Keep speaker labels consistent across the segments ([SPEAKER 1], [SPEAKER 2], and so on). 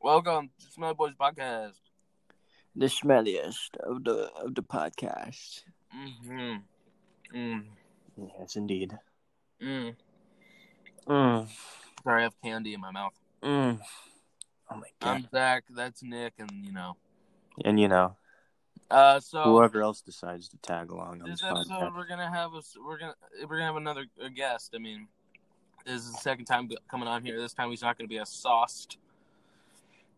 [SPEAKER 1] Welcome to Smell Boys Podcast.
[SPEAKER 2] The smelliest of the of the podcast.
[SPEAKER 1] Mm-hmm. Mm.
[SPEAKER 2] Yes, indeed.
[SPEAKER 1] Mm.
[SPEAKER 2] Mm,
[SPEAKER 1] Sorry, I have candy in my mouth.
[SPEAKER 2] mm. Oh my god!
[SPEAKER 1] I'm Zach. That's Nick, and you know.
[SPEAKER 2] and you know,
[SPEAKER 1] Uh, so
[SPEAKER 2] whoever else decides to tag along on oh. this
[SPEAKER 1] this episode,
[SPEAKER 2] podcast,
[SPEAKER 1] we're gonna have us. We're gonna we're gonna have another a guest. I mean, this is the second time coming on here. This time he's not gonna be a sauced.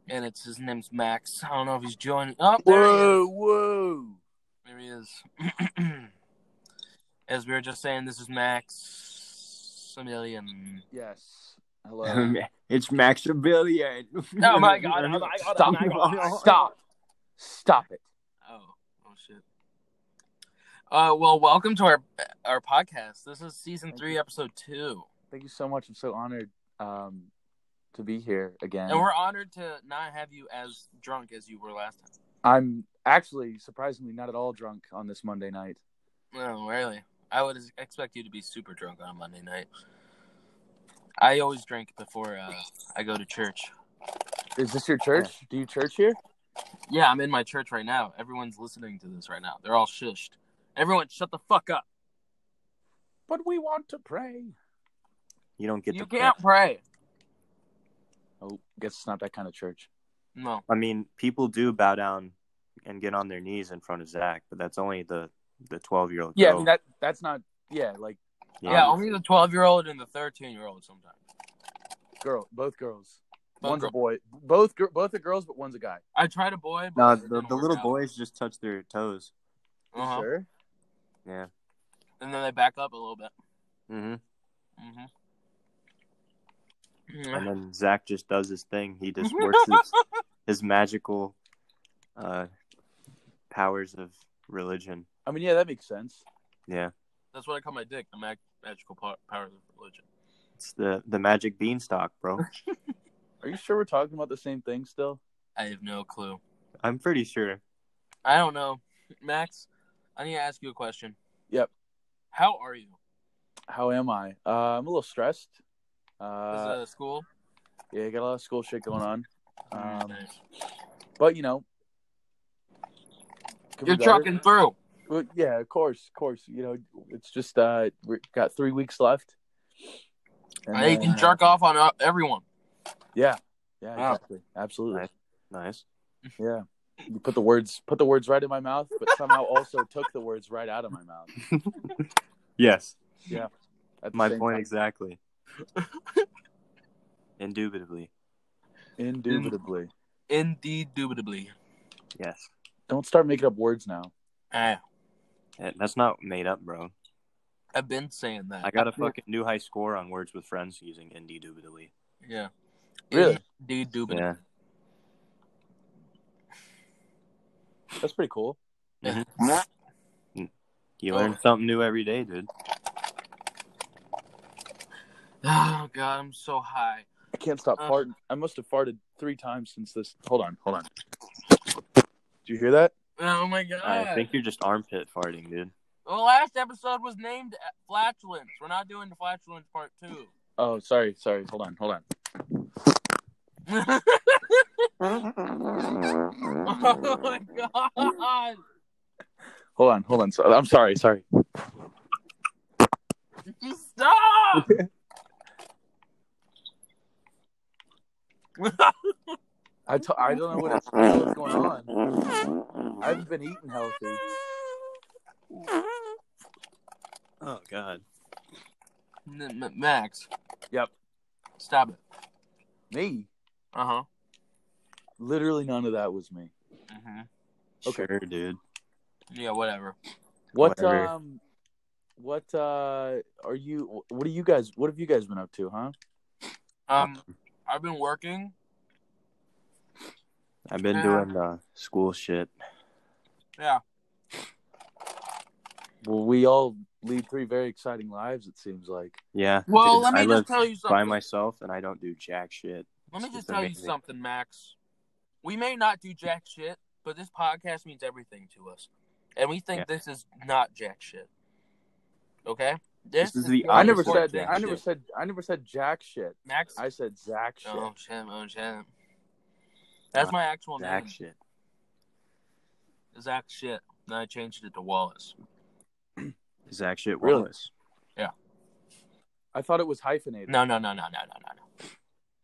[SPEAKER 1] And it's his name's Max. I don't know if he's joining. Oh, there he is.
[SPEAKER 2] whoa, whoa!
[SPEAKER 1] There he is. As we were just saying, this is Max Maximilian.
[SPEAKER 2] Yes, hello. it's Maximilian.
[SPEAKER 1] Oh my god! Oh my god! Oh my god! Stop!
[SPEAKER 2] Stop it!
[SPEAKER 1] Oh, oh shit. Uh, well, welcome to our our podcast. This is season
[SPEAKER 3] Thank
[SPEAKER 1] three,
[SPEAKER 3] you.
[SPEAKER 1] episode two,
[SPEAKER 3] Thank you so much. I'm so honored um, to be here again.
[SPEAKER 1] and we're honored to not have you as drunk as you were last time.
[SPEAKER 3] I'm actually surprisingly not at all drunk on this Monday night.
[SPEAKER 1] No, really. I would expect you to be super drunk on a Monday night. I always drink before uh, I go to church.
[SPEAKER 3] Is this your church? Do you church here?
[SPEAKER 1] Yeah, I'm in my church right now. Everyone's listening to this right now. They're all shushed. Everyone, shut the fuck up.
[SPEAKER 3] But we want to pray.
[SPEAKER 2] You don't get
[SPEAKER 1] you
[SPEAKER 2] the.
[SPEAKER 1] can't pray.
[SPEAKER 3] Oh, guess it's not that kind of church.
[SPEAKER 1] No.
[SPEAKER 2] I mean, people do bow down and get on their knees in front of Zach, but that's only the the twelve year old.
[SPEAKER 3] Yeah, I mean that that's not. Yeah, like
[SPEAKER 1] Yeah, only the 12 year old and the 13 year old sometimes.
[SPEAKER 3] girl, both girls.
[SPEAKER 1] Both
[SPEAKER 3] one's
[SPEAKER 1] girls.
[SPEAKER 3] a boy. Both gir- both are girls, but one's a guy.
[SPEAKER 1] I tried a boy, but
[SPEAKER 2] No,
[SPEAKER 1] it
[SPEAKER 2] the,
[SPEAKER 1] didn't
[SPEAKER 2] the
[SPEAKER 1] work
[SPEAKER 2] little
[SPEAKER 1] out.
[SPEAKER 2] boys just touch their toes.
[SPEAKER 3] You
[SPEAKER 1] Uh-huh.
[SPEAKER 3] Sure.
[SPEAKER 2] Yeah.
[SPEAKER 1] And then they back up a little bit.
[SPEAKER 2] hmm
[SPEAKER 1] Mm-hmm.
[SPEAKER 2] And then Zach just does his thing. He just works his, his magical uh, powers of religion.
[SPEAKER 3] I mean, yeah, that makes sense.
[SPEAKER 2] Yeah.
[SPEAKER 1] That's what I call my dick, the mag- magical po- powers of religion.
[SPEAKER 2] It's the, the magic beanstalk, bro.
[SPEAKER 3] Are you sure we're talking about the same thing still?
[SPEAKER 1] I have no clue.
[SPEAKER 2] I'm pretty sure.
[SPEAKER 1] I don't know. Max, I need to ask you a question.
[SPEAKER 3] Yep.
[SPEAKER 1] How are you?
[SPEAKER 3] How am I? Uh, I'm a little stressed.
[SPEAKER 1] Is
[SPEAKER 3] Uh,
[SPEAKER 1] it a school?
[SPEAKER 3] yeah, got a lot of school shit going on. um,
[SPEAKER 1] Nice.
[SPEAKER 3] But you know, could be
[SPEAKER 1] You're
[SPEAKER 3] better.
[SPEAKER 1] trucking through.
[SPEAKER 3] Well, yeah, of course, of course. You know, it's just uh, we got three weeks left. And
[SPEAKER 1] Hey, you
[SPEAKER 3] then,
[SPEAKER 1] can
[SPEAKER 3] uh,
[SPEAKER 1] jerk off on uh, everyone.
[SPEAKER 3] Yeah, yeah,
[SPEAKER 1] Wow.
[SPEAKER 3] exactly, absolutely.
[SPEAKER 2] Nice. Nice.
[SPEAKER 3] Yeah, you put the words put the words right in my mouth, but somehow also took the words right out of my mouth.
[SPEAKER 2] Yes.
[SPEAKER 3] At the
[SPEAKER 2] My
[SPEAKER 3] same
[SPEAKER 2] point
[SPEAKER 3] time.
[SPEAKER 2] exactly. Indubitably.
[SPEAKER 3] indubitably.
[SPEAKER 1] Indeed, dubitably.
[SPEAKER 2] Yes.
[SPEAKER 3] Don't start making up words now.
[SPEAKER 1] Ah,
[SPEAKER 2] Eh, That's not made up, bro.
[SPEAKER 1] I've been saying that.
[SPEAKER 2] I got a fucking new high score on Words with Friends using indubitably.
[SPEAKER 1] Yeah.
[SPEAKER 3] Really?
[SPEAKER 1] Indeed, dubitably.
[SPEAKER 2] Yeah.
[SPEAKER 3] That's pretty cool. Mm-hmm.
[SPEAKER 1] Mhm.
[SPEAKER 2] You
[SPEAKER 1] Oh.
[SPEAKER 2] learn something new every day, dude.
[SPEAKER 1] Oh god, I'm so high.
[SPEAKER 3] I can't stop
[SPEAKER 1] Uh.
[SPEAKER 3] farting. I must have farted three times since this. Hold on, hold on. Do you hear that?
[SPEAKER 1] Oh my god.
[SPEAKER 2] I think you're just armpit farting, dude.
[SPEAKER 1] the last episode was named Flatulence. We're not doing the Flatulence part two.
[SPEAKER 3] Oh, sorry, sorry. Hold on, hold on.
[SPEAKER 1] oh my god.
[SPEAKER 3] Hold on, hold on. So, I'm sorry, sorry.
[SPEAKER 1] Stop.
[SPEAKER 3] I t- I don't know what is- what's going on. I haven't been eating healthy.
[SPEAKER 2] Oh god.
[SPEAKER 1] N- M- Max.
[SPEAKER 3] Yep.
[SPEAKER 1] Stop it.
[SPEAKER 3] Me,
[SPEAKER 1] Uh
[SPEAKER 2] Uh-huh.
[SPEAKER 1] huh.
[SPEAKER 3] literally none of that was me.
[SPEAKER 1] hmm
[SPEAKER 3] Okay.
[SPEAKER 2] Sure, dude.
[SPEAKER 1] Yeah, whatever.
[SPEAKER 3] What
[SPEAKER 2] Whatever.
[SPEAKER 3] um, what uh, are you? What are you guys? What have you guys been up to, huh?
[SPEAKER 1] Um, I've been working.
[SPEAKER 2] I've been
[SPEAKER 1] Yeah.
[SPEAKER 2] doing uh, school shit.
[SPEAKER 1] Yeah.
[SPEAKER 3] Well, we all lead three very exciting lives. It seems like.
[SPEAKER 2] Yeah.
[SPEAKER 1] Well,
[SPEAKER 2] dude,
[SPEAKER 1] let me
[SPEAKER 2] I
[SPEAKER 1] just
[SPEAKER 2] live
[SPEAKER 1] tell you something.
[SPEAKER 2] by myself and I don't do jack shit.
[SPEAKER 1] Let me
[SPEAKER 2] It's
[SPEAKER 1] just
[SPEAKER 2] just
[SPEAKER 1] tell
[SPEAKER 2] amazing.
[SPEAKER 1] you something, Max. We may not do jack shit, but this podcast means everything to us. And we think
[SPEAKER 2] Yeah.
[SPEAKER 1] this is not jack shit. Okay? This,
[SPEAKER 2] is the
[SPEAKER 3] I
[SPEAKER 2] I
[SPEAKER 3] never
[SPEAKER 2] support
[SPEAKER 3] said.
[SPEAKER 1] that.
[SPEAKER 3] I never said. I never said jack shit.
[SPEAKER 1] Max.
[SPEAKER 3] I said Zach shit.
[SPEAKER 1] oh champ, oh champ. That's
[SPEAKER 2] Uh,
[SPEAKER 1] my actual
[SPEAKER 2] Zach
[SPEAKER 1] name.
[SPEAKER 2] shit.
[SPEAKER 1] Zach shit. Then I changed it to Wallace.
[SPEAKER 2] Zach shit.
[SPEAKER 3] Really?
[SPEAKER 2] Wallace.
[SPEAKER 3] I thought it was hyphenated.
[SPEAKER 1] No, no, no, no, no, no, no, no.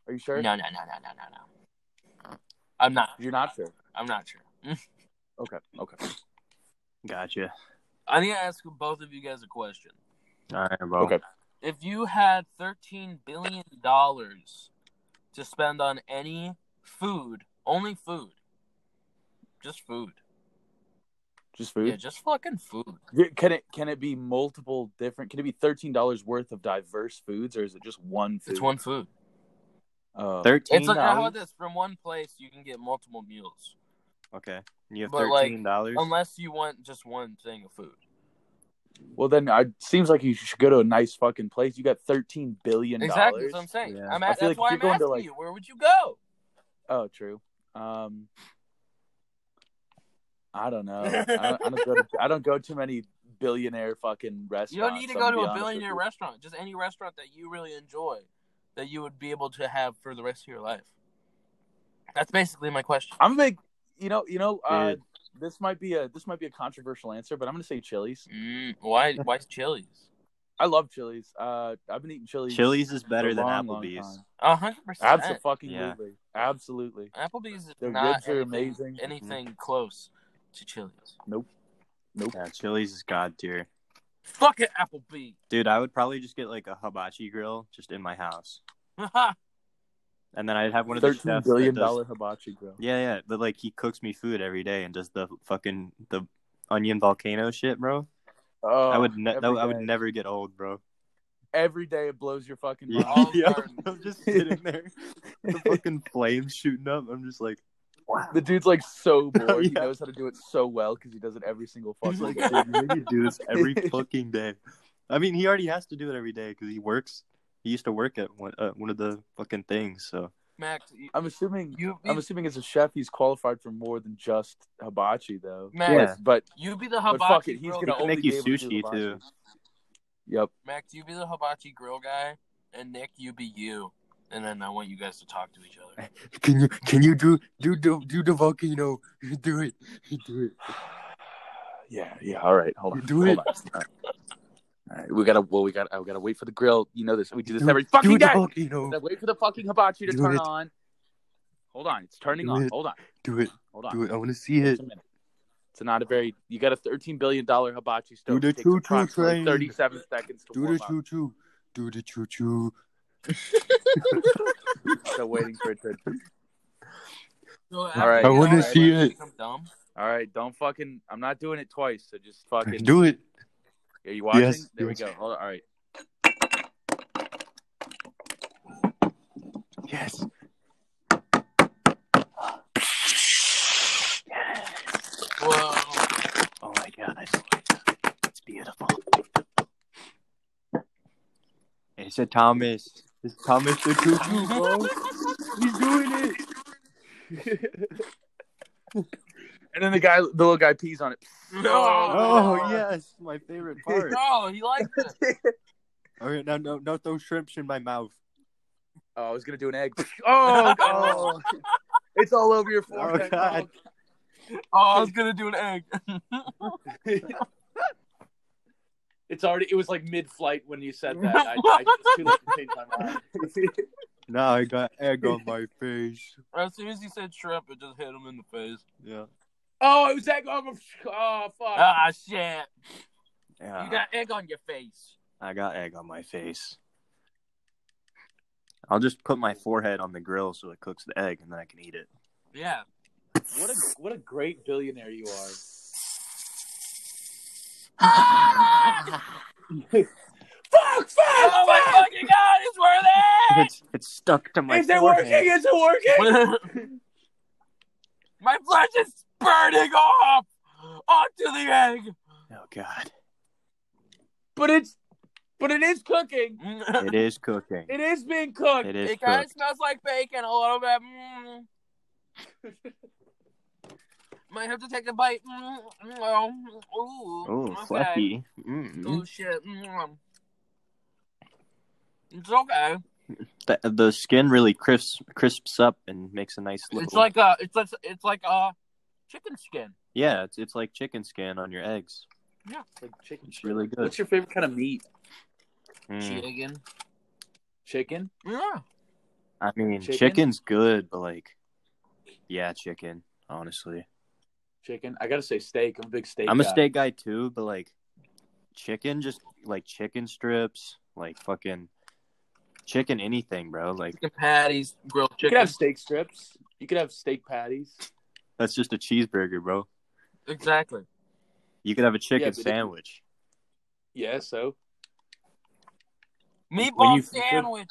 [SPEAKER 3] Are you sure?
[SPEAKER 1] No, no, no, no, no, no, no, no. I'm not.
[SPEAKER 3] You're not sure.
[SPEAKER 1] I'm not sure.
[SPEAKER 3] Okay. Okay.
[SPEAKER 2] Gotcha.
[SPEAKER 1] I need to ask both of you guys a question.
[SPEAKER 2] All right, bro.
[SPEAKER 3] Okay.
[SPEAKER 1] If you had thirteen billion dollars to spend on any food, only food, just food,
[SPEAKER 3] Just food.
[SPEAKER 1] yeah, just fucking food.
[SPEAKER 3] Yeah, Can it can it be multiple different? Can it be thirteen dollars worth of diverse foods, or is it just one food?
[SPEAKER 1] It's one food.
[SPEAKER 3] Oh.
[SPEAKER 2] Thirteen
[SPEAKER 1] It's like how
[SPEAKER 2] dollars.
[SPEAKER 1] about this? From one place, you can get multiple meals,
[SPEAKER 2] okay. You have
[SPEAKER 1] But, like,
[SPEAKER 2] thirteen dollars.
[SPEAKER 1] unless you want just one thing of food.
[SPEAKER 3] Well, then it seems like you should go to a nice fucking place. You got thirteen billion dollars.
[SPEAKER 1] Exactly, that's what I'm saying.
[SPEAKER 2] Yeah.
[SPEAKER 1] I'm
[SPEAKER 3] I
[SPEAKER 1] at,
[SPEAKER 3] feel
[SPEAKER 1] that's
[SPEAKER 3] like
[SPEAKER 1] why I'm
[SPEAKER 3] if you're going to,
[SPEAKER 1] asking
[SPEAKER 3] like-
[SPEAKER 1] you. Where would you go?
[SPEAKER 3] Oh, true. Um, I don't know. I don't, I don't go. To, I don't go to many billionaire fucking restaurants.
[SPEAKER 1] You don't need to go
[SPEAKER 3] I'm gonna
[SPEAKER 1] to
[SPEAKER 3] be
[SPEAKER 1] a
[SPEAKER 3] honest with
[SPEAKER 1] billionaire
[SPEAKER 3] you.
[SPEAKER 1] restaurant. Just any restaurant that you really enjoy, that you would be able to have for the rest of your life. That's basically my question.
[SPEAKER 3] I'm a big. You know. You know. Uh,
[SPEAKER 2] Dude.
[SPEAKER 3] this might be a this might be a controversial answer, but I'm gonna say Chili's.
[SPEAKER 1] Mm, why? Why Chili's?
[SPEAKER 3] I love Chili's. Uh, I've been eating Chili's.
[SPEAKER 2] Chili's is
[SPEAKER 3] for a
[SPEAKER 2] better than
[SPEAKER 3] long, long
[SPEAKER 2] Applebee's.
[SPEAKER 3] time.
[SPEAKER 1] A hundred percent.
[SPEAKER 3] Absolutely.
[SPEAKER 2] Yeah.
[SPEAKER 3] Absolutely.
[SPEAKER 1] Applebee's is
[SPEAKER 3] Their
[SPEAKER 1] not
[SPEAKER 3] ribs are
[SPEAKER 1] anything,
[SPEAKER 3] amazing. Mm-hmm.
[SPEAKER 1] anything close to Chili's.
[SPEAKER 2] Yeah, Chili's is god tier.
[SPEAKER 1] Fuck it, Applebee.
[SPEAKER 2] Dude, I would probably just get like a hibachi grill just in my house, and then I'd have one of the
[SPEAKER 3] Thirteen
[SPEAKER 2] chefs
[SPEAKER 3] billion
[SPEAKER 2] that does-
[SPEAKER 3] dollar hibachi grill.
[SPEAKER 2] Yeah, yeah, but like he cooks me food every day and does the fucking the onion volcano shit, bro.
[SPEAKER 3] Oh,
[SPEAKER 2] I would ne-
[SPEAKER 3] every
[SPEAKER 2] that, I would
[SPEAKER 3] day.
[SPEAKER 2] never get old, bro.
[SPEAKER 3] every day it blows your fucking mind.
[SPEAKER 1] Olive
[SPEAKER 2] Yeah,
[SPEAKER 1] Garden.
[SPEAKER 2] I'm just sitting there, the fucking flames shooting up. I'm just like,
[SPEAKER 3] The dude's like so bored. He
[SPEAKER 2] Yeah.
[SPEAKER 3] knows how to do it so well because he does it every single
[SPEAKER 2] He's
[SPEAKER 3] fucking
[SPEAKER 2] like,
[SPEAKER 3] day.
[SPEAKER 2] dude, you need to do this every fucking day. I mean, he already has to do it every day because he works. He used to work at one, uh, one of the fucking things. So
[SPEAKER 1] Max, you,
[SPEAKER 3] I'm assuming.
[SPEAKER 1] you
[SPEAKER 3] I'm assuming as a chef, he's qualified for more than just hibachi, though.
[SPEAKER 1] Max,
[SPEAKER 2] Yeah.
[SPEAKER 3] But
[SPEAKER 1] you be the
[SPEAKER 3] but
[SPEAKER 1] hibachi.
[SPEAKER 3] fuck it, he's
[SPEAKER 1] grill
[SPEAKER 3] gonna
[SPEAKER 1] guy.
[SPEAKER 2] can
[SPEAKER 3] only
[SPEAKER 2] make you
[SPEAKER 3] be able to do
[SPEAKER 2] sushi,
[SPEAKER 3] hibachi.
[SPEAKER 2] too.
[SPEAKER 3] Yep.
[SPEAKER 1] Max, you be the hibachi grill guy, and Nick, you be you. And then I want you guys to talk to each other.
[SPEAKER 2] can you can you do do do do the volcano? Do it, do it.
[SPEAKER 3] Yeah. Yeah. All right. Hold on.
[SPEAKER 2] Do it.
[SPEAKER 3] Hold on. All right. All right. We gotta. Well, we gotta. I gotta wait for the grill. You know this. We do this
[SPEAKER 2] Do-
[SPEAKER 3] every fucking
[SPEAKER 2] do the
[SPEAKER 3] day.
[SPEAKER 2] volcano.
[SPEAKER 3] Gotta wait for the fucking hibachi to
[SPEAKER 2] Do
[SPEAKER 3] turn
[SPEAKER 2] it.
[SPEAKER 3] on. Hold on. It's turning
[SPEAKER 2] Do
[SPEAKER 3] on.
[SPEAKER 2] it.
[SPEAKER 3] Hold on.
[SPEAKER 2] Do it,
[SPEAKER 3] Hold on.
[SPEAKER 2] do it. I want to see it.
[SPEAKER 3] Just a minute. It's not a very. You got a thirteen billion dollar hibachi
[SPEAKER 2] Do
[SPEAKER 3] stove.
[SPEAKER 2] the
[SPEAKER 3] It takes
[SPEAKER 2] choo-choo
[SPEAKER 3] approximately
[SPEAKER 2] train.
[SPEAKER 3] Thirty-seven seconds to
[SPEAKER 2] Do
[SPEAKER 3] warm
[SPEAKER 2] the
[SPEAKER 3] up.
[SPEAKER 2] choo choo, do the choo choo.
[SPEAKER 3] Still waiting for it to.
[SPEAKER 1] All
[SPEAKER 3] right. I
[SPEAKER 2] wanna see it.
[SPEAKER 1] Become dumb.
[SPEAKER 3] All right, don't fucking. I'm not doing it twice. So just fucking.
[SPEAKER 2] Do it.
[SPEAKER 3] Are you watching?
[SPEAKER 2] Yes,
[SPEAKER 3] there we
[SPEAKER 2] yes.
[SPEAKER 3] go. Hold on. All right.
[SPEAKER 2] Yes.
[SPEAKER 1] Whoa.
[SPEAKER 2] Oh my god, it's beautiful. It's a Thomas. It's Thomas the choo choo, bro. He's doing it.
[SPEAKER 3] And then the guy, the little guy, pees on it.
[SPEAKER 2] Oh
[SPEAKER 1] No.
[SPEAKER 2] yes, my favorite part.
[SPEAKER 1] No, he likes it.
[SPEAKER 2] All right, no, no, no, throw shrimps in my mouth.
[SPEAKER 3] Oh, I was gonna do an egg. Oh,
[SPEAKER 2] Oh.
[SPEAKER 3] God. it's all over your
[SPEAKER 2] Oh
[SPEAKER 3] forehead.
[SPEAKER 2] god.
[SPEAKER 1] Oh, I was gonna do an egg.
[SPEAKER 3] It's already. It was like mid-flight when you said that. I, I it's too late to change my mind.
[SPEAKER 2] Now I got egg on my face.
[SPEAKER 1] as soon as he said shrimp, it just hit him in the face.
[SPEAKER 2] Yeah.
[SPEAKER 3] oh, it was egg. Oh, oh fuck.
[SPEAKER 1] Ah, shit.
[SPEAKER 2] Yeah.
[SPEAKER 1] You got egg on your face.
[SPEAKER 2] I got egg on my face. I'll just put my forehead on the grill so it cooks the egg and then I can eat it.
[SPEAKER 1] Yeah.
[SPEAKER 3] What a what a great billionaire you are. Fuck! Fuck!
[SPEAKER 1] Oh my fucking god, it's worth
[SPEAKER 2] It's it's stuck to my
[SPEAKER 3] Is it
[SPEAKER 2] forehead.
[SPEAKER 3] working? Is it working?
[SPEAKER 1] it! my flesh is burning off onto the egg.
[SPEAKER 2] Oh god.
[SPEAKER 3] But it's but it is cooking.
[SPEAKER 2] It is cooking.
[SPEAKER 3] It is being cooked.
[SPEAKER 2] It is
[SPEAKER 1] It kind of
[SPEAKER 2] cooked.
[SPEAKER 1] smells like bacon a little bit. Mm. Might have to take a bite. Mm. mm, oh, Ooh,
[SPEAKER 2] Oh,
[SPEAKER 1] okay.
[SPEAKER 2] fluffy. Mm.
[SPEAKER 1] Oh shit. Mm. It's okay.
[SPEAKER 2] The, the skin really crisps crisps up and makes a nice little.
[SPEAKER 1] It's like a, it's like, it's like a chicken skin.
[SPEAKER 2] yeah, it's it's like chicken skin on your eggs.
[SPEAKER 3] Like chicken.
[SPEAKER 2] It's really good.
[SPEAKER 3] What's your favorite kind of meat?
[SPEAKER 2] Mm.
[SPEAKER 1] Chicken.
[SPEAKER 3] Chicken.
[SPEAKER 1] Yeah.
[SPEAKER 2] I mean,
[SPEAKER 3] Chicken?
[SPEAKER 2] chicken's good, but like, yeah, chicken. Honestly,
[SPEAKER 3] Chicken. I gotta say steak. I'm a big steak.
[SPEAKER 2] I'm a
[SPEAKER 3] guy.
[SPEAKER 2] steak guy too, but like, chicken just like chicken strips, like fucking chicken anything, bro. Like
[SPEAKER 1] Chicken patties, grilled
[SPEAKER 3] You
[SPEAKER 1] chicken.
[SPEAKER 3] could have steak strips. You could have steak patties.
[SPEAKER 2] that's just a cheeseburger, bro.
[SPEAKER 1] Exactly.
[SPEAKER 2] You could have a chicken
[SPEAKER 3] but it-
[SPEAKER 2] sandwich.
[SPEAKER 3] Yeah, so
[SPEAKER 1] Meatball
[SPEAKER 2] you-
[SPEAKER 1] sandwich.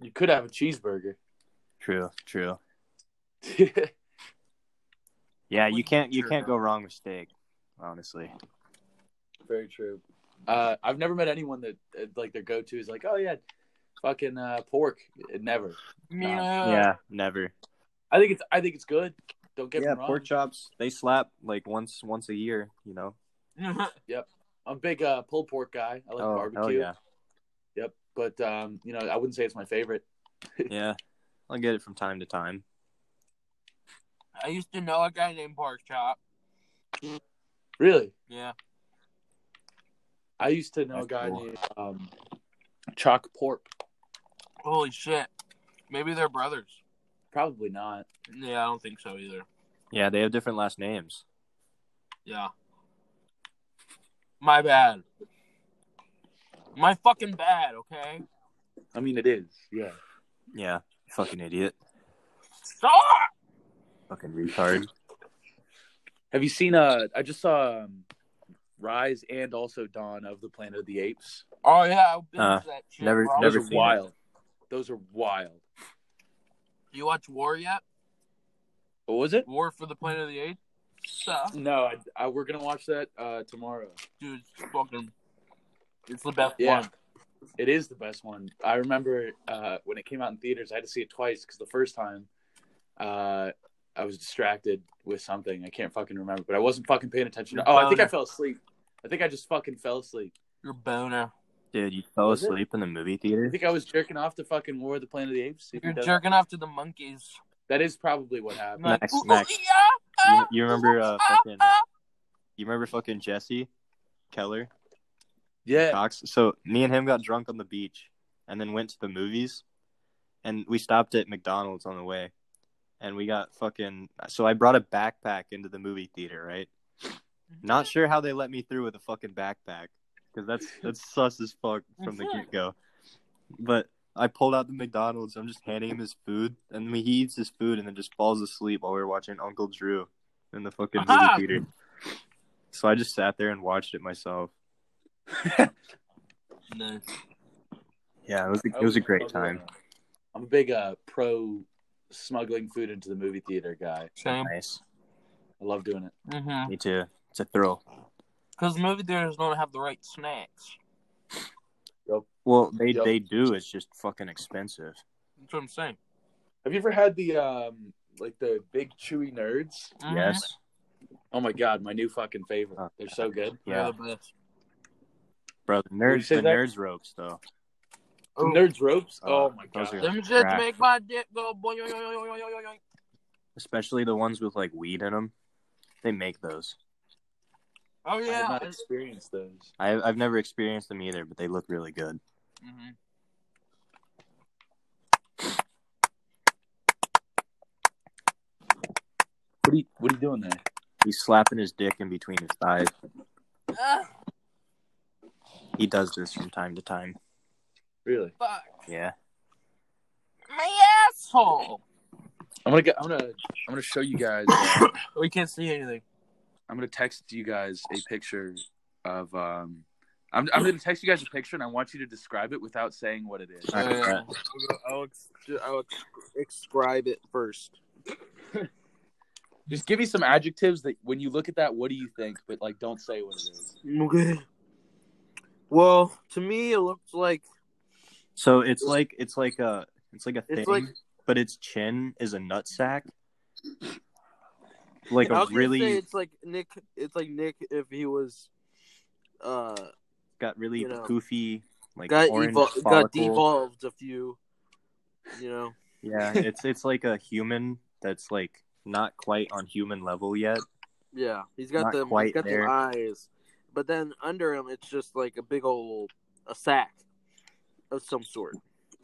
[SPEAKER 3] you could have a cheeseburger.
[SPEAKER 2] True, true.
[SPEAKER 3] yeah,
[SPEAKER 2] Yeah,
[SPEAKER 1] Well,
[SPEAKER 2] you can't you
[SPEAKER 1] sure.
[SPEAKER 2] can't go wrong with steak, honestly.
[SPEAKER 3] very true. Uh, I've never met anyone that uh, like their go-to is like, oh yeah, fucking uh, pork. Never. Uh,
[SPEAKER 1] Yeah.
[SPEAKER 2] yeah, never.
[SPEAKER 3] I think it's I think it's good. Don't get
[SPEAKER 2] Yeah,
[SPEAKER 3] me wrong.
[SPEAKER 2] pork chops they slap like once once a year, you know.
[SPEAKER 3] I'm a big uh, pulled pork guy. I like
[SPEAKER 2] oh,
[SPEAKER 3] barbecue.
[SPEAKER 2] hell yeah,
[SPEAKER 3] Yep. But um, you know, I wouldn't say it's my favorite.
[SPEAKER 2] yeah. I'll get it from time to time.
[SPEAKER 1] I used to know a guy named Pork Chop.
[SPEAKER 3] Really,
[SPEAKER 1] Yeah.
[SPEAKER 3] I used to know
[SPEAKER 2] That's
[SPEAKER 3] a guy
[SPEAKER 2] cool.
[SPEAKER 3] named um, Chalk Pork.
[SPEAKER 1] Holy shit. Maybe they're brothers.
[SPEAKER 3] Probably not.
[SPEAKER 1] Yeah, I don't think so either.
[SPEAKER 2] Yeah, they have different last names.
[SPEAKER 1] Yeah. My bad. My fucking bad, okay?
[SPEAKER 3] I mean, it is. Yeah.
[SPEAKER 2] Yeah, fucking idiot,
[SPEAKER 1] Stop!
[SPEAKER 2] fucking retard.
[SPEAKER 3] Have you seen? Uh, I just saw um, Rise and also Dawn of the Planet of the Apes.
[SPEAKER 1] Oh, yeah, I'll binge
[SPEAKER 2] Uh,
[SPEAKER 1] that shit.
[SPEAKER 2] never-
[SPEAKER 1] bro.
[SPEAKER 3] Those
[SPEAKER 2] never
[SPEAKER 3] are
[SPEAKER 2] seen it.
[SPEAKER 3] wild. Those are wild.
[SPEAKER 1] You watch War yet?
[SPEAKER 3] What was it?
[SPEAKER 1] War for the Planet of the Apes? Suck.
[SPEAKER 3] No, I, I, we're gonna watch that uh, tomorrow.
[SPEAKER 1] Dude, it's fucking. It's the best
[SPEAKER 3] Yeah.
[SPEAKER 1] one.
[SPEAKER 3] It is the best one. I remember uh, when it came out in theaters, I had to see it twice because the first time uh, I was distracted with something. I can't fucking remember, but I wasn't fucking paying attention. Oh, I think I fell asleep. I think I just fucking fell asleep.
[SPEAKER 1] You're boner.
[SPEAKER 2] Dude, you fell
[SPEAKER 3] Was it?
[SPEAKER 2] asleep in the movie
[SPEAKER 3] I
[SPEAKER 2] theater.
[SPEAKER 3] think I was jerking off to fucking War of the Planet of the Apes.
[SPEAKER 1] You're jerking off to the monkeys.
[SPEAKER 3] That is probably what happened.
[SPEAKER 1] Like,
[SPEAKER 2] Max,
[SPEAKER 1] ooh, ooh,
[SPEAKER 2] Max.
[SPEAKER 1] yeah,
[SPEAKER 2] You,
[SPEAKER 1] ah,
[SPEAKER 2] you remember uh,
[SPEAKER 1] ah,
[SPEAKER 2] fucking
[SPEAKER 1] ah.
[SPEAKER 2] you remember fucking Jesse Keller
[SPEAKER 3] Yeah.
[SPEAKER 2] Cox? So me and him got drunk on the beach and then went to the movies and we stopped at McDonald's on the way. And we got fucking so I brought a backpack into the movie theater, right?
[SPEAKER 1] ah."
[SPEAKER 2] Not sure how they let me through with a fucking backpack because that's that's sus as fuck from the get go. But I pulled out the McDonald's. I'm just handing him his food, and he eats his food, and then just falls asleep while we were watching Uncle Drew in the fucking movie
[SPEAKER 1] Aha!
[SPEAKER 2] theater. So I just sat there and watched it myself.
[SPEAKER 1] No.
[SPEAKER 2] Yeah, it was a,
[SPEAKER 3] I'm a big uh, pro smuggling food into the movie theater guy.
[SPEAKER 1] Same.
[SPEAKER 2] Nice.
[SPEAKER 3] I love doing it.
[SPEAKER 1] Mm-hmm.
[SPEAKER 2] Me too. It's a thrill.
[SPEAKER 1] Because movie theaters don't have the right snacks.
[SPEAKER 2] Well, they
[SPEAKER 3] Yep.
[SPEAKER 2] they do. It's just fucking expensive.
[SPEAKER 1] That's what I'm saying.
[SPEAKER 3] Have you ever had the um like the big chewy nerds?
[SPEAKER 1] Mhm.
[SPEAKER 2] Yes.
[SPEAKER 3] Oh my god, my new fucking favorite.
[SPEAKER 2] Oh,
[SPEAKER 3] They're so good.
[SPEAKER 1] They're
[SPEAKER 2] Yeah,
[SPEAKER 1] the best.
[SPEAKER 2] bro. The
[SPEAKER 3] Did you
[SPEAKER 2] nerds,
[SPEAKER 3] say
[SPEAKER 2] the
[SPEAKER 3] that?
[SPEAKER 2] nerds ropes though.
[SPEAKER 3] The
[SPEAKER 1] Ooh.
[SPEAKER 3] Nerds ropes.
[SPEAKER 2] Oh,
[SPEAKER 3] Oh, my
[SPEAKER 2] those
[SPEAKER 3] god.
[SPEAKER 2] are-
[SPEAKER 1] Them shits
[SPEAKER 2] Crack.
[SPEAKER 1] make my dick go boing, boing, boing, boing, boing, boing.
[SPEAKER 2] Especially the ones with like weed in them. They make those.
[SPEAKER 1] Oh,
[SPEAKER 3] I have
[SPEAKER 1] yeah.
[SPEAKER 3] not experienced those.
[SPEAKER 2] I, I've never experienced them either, but they look really good.
[SPEAKER 1] Mm-hmm.
[SPEAKER 3] What are you What are you doing there?
[SPEAKER 2] He's slapping his dick in between his thighs.
[SPEAKER 1] Ah,
[SPEAKER 2] He does this from time to time.
[SPEAKER 3] Really?
[SPEAKER 1] fuck.
[SPEAKER 2] Yeah.
[SPEAKER 1] My asshole.
[SPEAKER 3] I'm gonna get. I'm gonna. I'm gonna show you guys. uh,
[SPEAKER 1] we can't see anything.
[SPEAKER 3] I'm gonna text you guys a picture of. um I'm, I'm gonna text you guys a picture, and I want you to describe it without saying what it is.
[SPEAKER 2] All right,
[SPEAKER 1] Yeah.
[SPEAKER 2] Brett.
[SPEAKER 1] I'll, ex- I'll ex- describe it first.
[SPEAKER 3] Just give me some adjectives that when you look at that, what do you think? But like, don't say what it is.
[SPEAKER 1] Okay. Well, to me, it looks like
[SPEAKER 2] So it's like it's like a it's like a thing,
[SPEAKER 1] It's like-
[SPEAKER 2] but its chin is a nut sack. Like
[SPEAKER 1] I
[SPEAKER 2] a
[SPEAKER 1] was gonna say
[SPEAKER 2] really
[SPEAKER 1] it's like Nick. It's like Nick if he was. Uh,
[SPEAKER 2] got really
[SPEAKER 1] you know.
[SPEAKER 2] poofy Like
[SPEAKER 4] got
[SPEAKER 2] orange
[SPEAKER 4] evol- got
[SPEAKER 2] follicle.
[SPEAKER 4] devolved a few. You know,
[SPEAKER 2] Yeah, it's it's like a human that's like not quite on human level yet.
[SPEAKER 4] yeah, he's got
[SPEAKER 2] Not
[SPEAKER 4] them. He's
[SPEAKER 2] quite
[SPEAKER 4] got
[SPEAKER 2] there.
[SPEAKER 4] the eyes, but then under him, it's just like a big old a sack of some sort.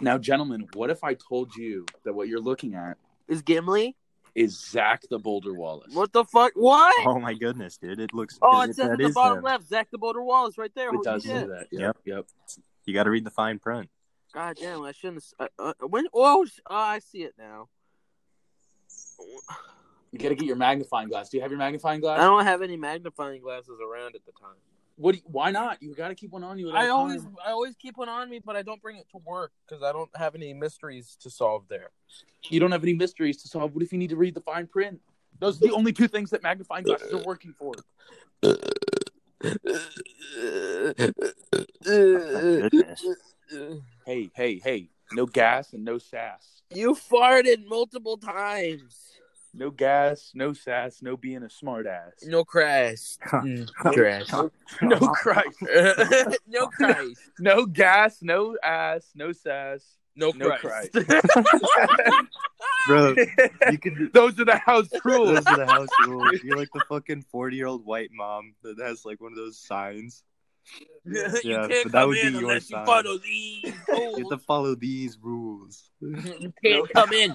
[SPEAKER 3] Now, gentlemen, what if I told you that what you're looking at
[SPEAKER 4] Is Gimli?
[SPEAKER 3] is Zach the Boulder Wallace?
[SPEAKER 4] What the fuck? What?
[SPEAKER 2] Oh my goodness, dude! It looks.
[SPEAKER 4] Oh,
[SPEAKER 2] that
[SPEAKER 4] it says at the
[SPEAKER 2] is
[SPEAKER 4] bottom
[SPEAKER 2] him.
[SPEAKER 4] left, Zach the Boulder Wallace right there.
[SPEAKER 3] It
[SPEAKER 4] Holy
[SPEAKER 3] does
[SPEAKER 4] shit.
[SPEAKER 3] say that. Yep.
[SPEAKER 2] Yep.
[SPEAKER 3] Yep.
[SPEAKER 2] You got to read the fine print.
[SPEAKER 4] God damn, I shouldn't. s- Uh, uh, when? Oh, sh- oh, I see it now.
[SPEAKER 3] You gotta get your magnifying glass. Do you have your magnifying glass?
[SPEAKER 4] I don't have any magnifying glasses around at the time.
[SPEAKER 3] What? Do you, why not? You gotta keep one on you. At all
[SPEAKER 1] I always
[SPEAKER 3] time.
[SPEAKER 1] I always keep one on me, but I don't bring it to work because I don't have any mysteries to solve there.
[SPEAKER 3] You don't have any mysteries to solve. What if you need to read the fine print? Those are the only two things that magnifying glasses are working for.
[SPEAKER 2] Oh, my goodness.
[SPEAKER 3] Hey, hey, hey! No gas and no sass.
[SPEAKER 4] You farted multiple times.
[SPEAKER 3] No gas, no sass, no being a smart ass.
[SPEAKER 1] No Christ. Mm, Christ.
[SPEAKER 3] No Christ.
[SPEAKER 1] no Christ.
[SPEAKER 3] No gas, no ass, no sass,
[SPEAKER 1] No
[SPEAKER 3] no
[SPEAKER 1] Christ.
[SPEAKER 3] Christ.
[SPEAKER 2] Bro, you could.
[SPEAKER 3] Those are the house rules.
[SPEAKER 2] Those are the house rules. You're like the fucking forty-year-old white mom that has like one of those signs.
[SPEAKER 1] you
[SPEAKER 2] Yeah,
[SPEAKER 1] can't
[SPEAKER 2] but that
[SPEAKER 1] come
[SPEAKER 2] would be
[SPEAKER 1] in
[SPEAKER 2] your
[SPEAKER 1] unless you
[SPEAKER 2] sign.
[SPEAKER 1] follow these
[SPEAKER 2] You have
[SPEAKER 1] rules.
[SPEAKER 2] to follow these rules.
[SPEAKER 1] You can't come in,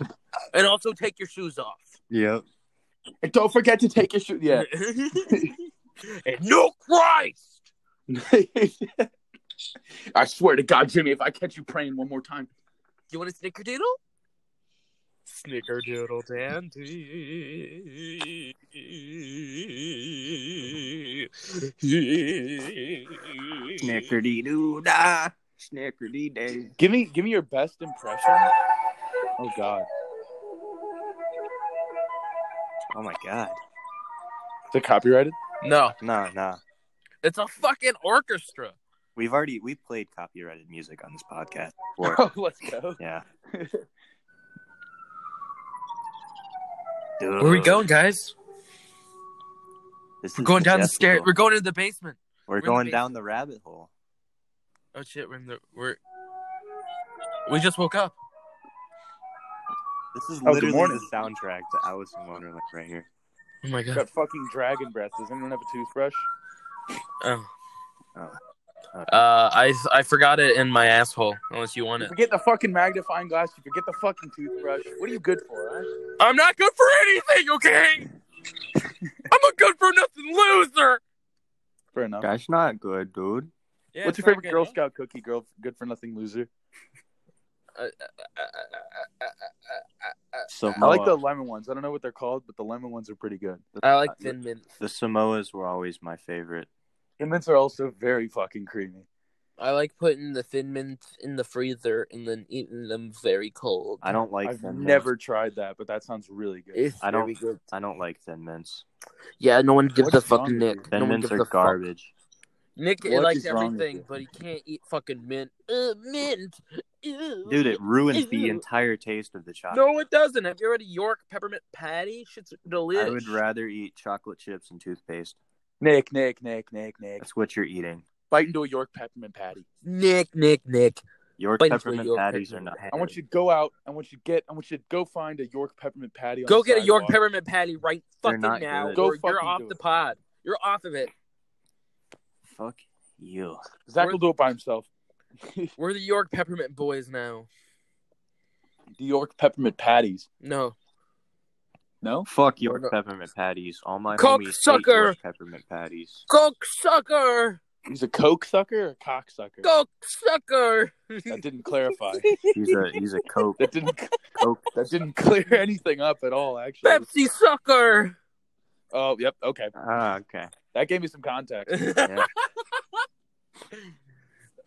[SPEAKER 1] and also take your shoes off.
[SPEAKER 2] Yep.
[SPEAKER 3] And don't forget to take your shoe. Yeah.
[SPEAKER 1] And no Christ.
[SPEAKER 3] I swear to God, Jimmy, if I catch you praying one more time,
[SPEAKER 1] You want a snickerdoodle? Snickerdoodle dandy.
[SPEAKER 2] Snickerdy doo da. Snickerdy day.
[SPEAKER 3] give me give me your best impression. Oh God,
[SPEAKER 2] Oh my god.
[SPEAKER 3] is it copyrighted?
[SPEAKER 1] No,
[SPEAKER 2] Nah, nah.
[SPEAKER 1] it's a fucking orchestra.
[SPEAKER 2] We've already we played copyrighted music on this podcast before.
[SPEAKER 3] Oh, let's go.
[SPEAKER 2] yeah.
[SPEAKER 1] Where are we going, guys?
[SPEAKER 2] This
[SPEAKER 1] We're
[SPEAKER 2] is
[SPEAKER 1] going down the
[SPEAKER 2] digestible.
[SPEAKER 1] stairs. We're going into the basement.
[SPEAKER 2] We're,
[SPEAKER 1] in the
[SPEAKER 2] going
[SPEAKER 1] basement.
[SPEAKER 2] down the rabbit hole.
[SPEAKER 1] Oh shit, we're in the we're we just woke up.
[SPEAKER 2] This is
[SPEAKER 3] Oh, good
[SPEAKER 2] literally
[SPEAKER 3] morning.
[SPEAKER 2] the soundtrack to Alice in Wonderland right here.
[SPEAKER 1] Oh my god.
[SPEAKER 3] Got fucking dragon breath. Does anyone have a toothbrush?
[SPEAKER 1] Oh.
[SPEAKER 2] Oh.
[SPEAKER 1] Uh, I I forgot it in my asshole. Unless you want
[SPEAKER 3] You
[SPEAKER 1] it,
[SPEAKER 3] forget the fucking magnifying glass. You forget the fucking toothbrush. What are you good for? Huh?
[SPEAKER 1] I'm not good for anything. Okay, I'm a good for nothing loser.
[SPEAKER 3] Fair enough.
[SPEAKER 2] That's not good, dude.
[SPEAKER 1] Yeah,
[SPEAKER 3] What's
[SPEAKER 1] it's not
[SPEAKER 3] your favorite
[SPEAKER 1] good.
[SPEAKER 3] Girl Scout cookie? Girl, good for nothing loser.
[SPEAKER 2] So
[SPEAKER 3] I like the lemon ones. I don't know what they're called, but the lemon ones are pretty good.
[SPEAKER 1] I like Thin Mint.
[SPEAKER 2] the Samoas were always my favorite.
[SPEAKER 3] The mints are also very fucking creamy.
[SPEAKER 1] I like putting the Thin Mint in the freezer and then eating them very cold.
[SPEAKER 2] I don't like
[SPEAKER 3] I've
[SPEAKER 2] thin
[SPEAKER 3] never
[SPEAKER 2] mints.
[SPEAKER 3] tried that, but that sounds really good.
[SPEAKER 1] It's
[SPEAKER 2] I don't-
[SPEAKER 1] very good.
[SPEAKER 2] I don't like thin mints.
[SPEAKER 1] Yeah, no one gives
[SPEAKER 3] What's
[SPEAKER 1] a fucking
[SPEAKER 3] wrong with
[SPEAKER 1] Nick.
[SPEAKER 2] Thin
[SPEAKER 1] no one
[SPEAKER 2] mints
[SPEAKER 1] gives
[SPEAKER 2] are
[SPEAKER 1] a fuck.
[SPEAKER 2] garbage.
[SPEAKER 1] Nick
[SPEAKER 3] What
[SPEAKER 1] likes
[SPEAKER 3] is wrong with
[SPEAKER 1] everything,
[SPEAKER 3] you?
[SPEAKER 1] but he can't eat fucking mint. Uh, mint. Ew.
[SPEAKER 2] Dude, it ruins the
[SPEAKER 1] Ew.
[SPEAKER 2] entire taste of the chocolate.
[SPEAKER 1] No, it doesn't. Have you ever had a York peppermint patty? Shit's delicious.
[SPEAKER 2] I would rather eat chocolate chips and toothpaste.
[SPEAKER 3] Nick, Nick, Nick, Nick, Nick.
[SPEAKER 2] That's what you're eating.
[SPEAKER 3] Bite into a York peppermint patty.
[SPEAKER 1] Nick, Nick, Nick.
[SPEAKER 2] Your
[SPEAKER 1] Bite into
[SPEAKER 2] peppermint
[SPEAKER 1] your
[SPEAKER 2] patties
[SPEAKER 1] peppermint.
[SPEAKER 2] are not.
[SPEAKER 3] I want you to go out. I want you to get. I want you to go find a York peppermint patty. On
[SPEAKER 1] Go
[SPEAKER 3] the
[SPEAKER 1] get a York
[SPEAKER 3] sidewalk.
[SPEAKER 1] peppermint patty right
[SPEAKER 2] They're
[SPEAKER 1] fucking
[SPEAKER 2] not
[SPEAKER 1] now.
[SPEAKER 2] good.
[SPEAKER 3] Go
[SPEAKER 1] or you're
[SPEAKER 3] fucking
[SPEAKER 1] off
[SPEAKER 3] do
[SPEAKER 1] the
[SPEAKER 3] it.
[SPEAKER 1] pod. You're off of it.
[SPEAKER 2] Fuck you.
[SPEAKER 3] Zach will do it by himself. the
[SPEAKER 1] We're the York peppermint boys now.
[SPEAKER 3] York peppermint patties.
[SPEAKER 1] No.
[SPEAKER 3] No,
[SPEAKER 2] Fuck
[SPEAKER 1] We're
[SPEAKER 2] your
[SPEAKER 1] not-
[SPEAKER 2] peppermint patties. All my
[SPEAKER 1] Cocksucker!
[SPEAKER 2] homies hate your peppermint patties.
[SPEAKER 1] Coke sucker!
[SPEAKER 3] he's a coke sucker or a cock sucker.
[SPEAKER 1] Coke sucker!
[SPEAKER 3] That didn't clarify.
[SPEAKER 2] He's a he's a coke
[SPEAKER 3] That didn't.
[SPEAKER 2] coke.
[SPEAKER 3] That didn't clear anything up at all. Actually.
[SPEAKER 1] Pepsi sucker!
[SPEAKER 3] Oh, yep. Okay,
[SPEAKER 2] Ah, okay.
[SPEAKER 3] that gave me some context.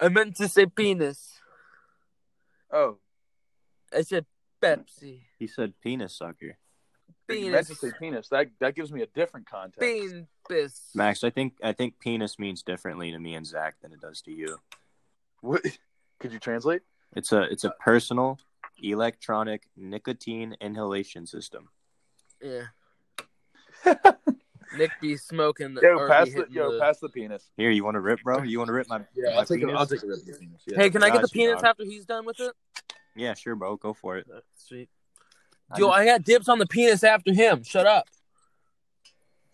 [SPEAKER 1] I meant to say penis.
[SPEAKER 3] Oh,
[SPEAKER 1] I said Pepsi.
[SPEAKER 2] He said penis sucker.
[SPEAKER 3] you meant to
[SPEAKER 1] Penis.
[SPEAKER 3] say penis. That that gives me a different context.
[SPEAKER 1] Bean piss.
[SPEAKER 2] Max, I think I think penis means differently to me and Zach than it does to you.
[SPEAKER 3] What? Could you translate?
[SPEAKER 2] It's a it's a personal electronic nicotine inhalation system.
[SPEAKER 1] Yeah. Nick be smoking the.
[SPEAKER 3] Yo,
[SPEAKER 1] or
[SPEAKER 3] pass
[SPEAKER 1] be
[SPEAKER 3] the
[SPEAKER 1] hitting
[SPEAKER 3] yo,
[SPEAKER 1] the-
[SPEAKER 3] pass the penis.
[SPEAKER 2] Here, you want to rip, bro? You want to rip my?
[SPEAKER 3] Yeah,
[SPEAKER 2] my
[SPEAKER 3] I'll take, a,
[SPEAKER 2] penis?
[SPEAKER 3] I'll take a rip of the penis. Yeah.
[SPEAKER 1] Hey, can I get the
[SPEAKER 2] Gotcha,
[SPEAKER 1] peanuts
[SPEAKER 2] dog.
[SPEAKER 1] after he's done with it?
[SPEAKER 2] Yeah, sure, bro. Go for it.
[SPEAKER 1] Sweet.
[SPEAKER 2] I
[SPEAKER 1] Yo,
[SPEAKER 2] just-
[SPEAKER 1] I got dibs on the penis after him. Shut up.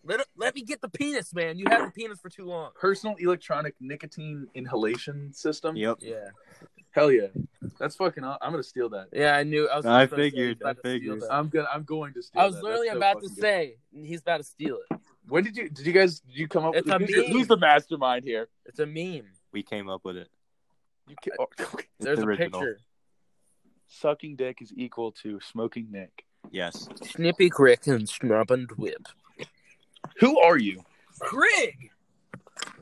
[SPEAKER 1] Let let me get the penis, man. You had the penis for too long.
[SPEAKER 3] personal electronic nicotine inhalation system?
[SPEAKER 1] Um,
[SPEAKER 2] Yep.
[SPEAKER 1] Yeah.
[SPEAKER 3] Hell yeah. That's fucking aw- I'm gonna steal that.
[SPEAKER 1] Yeah, I knew. I was.
[SPEAKER 2] I
[SPEAKER 1] just gonna say
[SPEAKER 2] figured,
[SPEAKER 1] he's about
[SPEAKER 2] I
[SPEAKER 1] to steal
[SPEAKER 2] figured.
[SPEAKER 1] that.
[SPEAKER 3] I'm gonna I'm going to steal
[SPEAKER 1] I was
[SPEAKER 3] that.
[SPEAKER 1] literally
[SPEAKER 3] That's so
[SPEAKER 1] about to
[SPEAKER 3] fucking good.
[SPEAKER 1] say he's about to steal it.
[SPEAKER 3] When did you did you guys did you come up
[SPEAKER 1] It's
[SPEAKER 3] with
[SPEAKER 1] a
[SPEAKER 3] who's, the-
[SPEAKER 1] meme.
[SPEAKER 3] who's the mastermind here?
[SPEAKER 1] It's a meme.
[SPEAKER 2] We came up with it.
[SPEAKER 3] You ki- oh,
[SPEAKER 2] It's
[SPEAKER 1] There's a
[SPEAKER 2] original.
[SPEAKER 1] picture.
[SPEAKER 3] sucking dick is equal to smoking Nick.
[SPEAKER 2] Yes.
[SPEAKER 1] Snippy Crick and Snub and Whip.
[SPEAKER 3] Who are you?
[SPEAKER 1] Craig.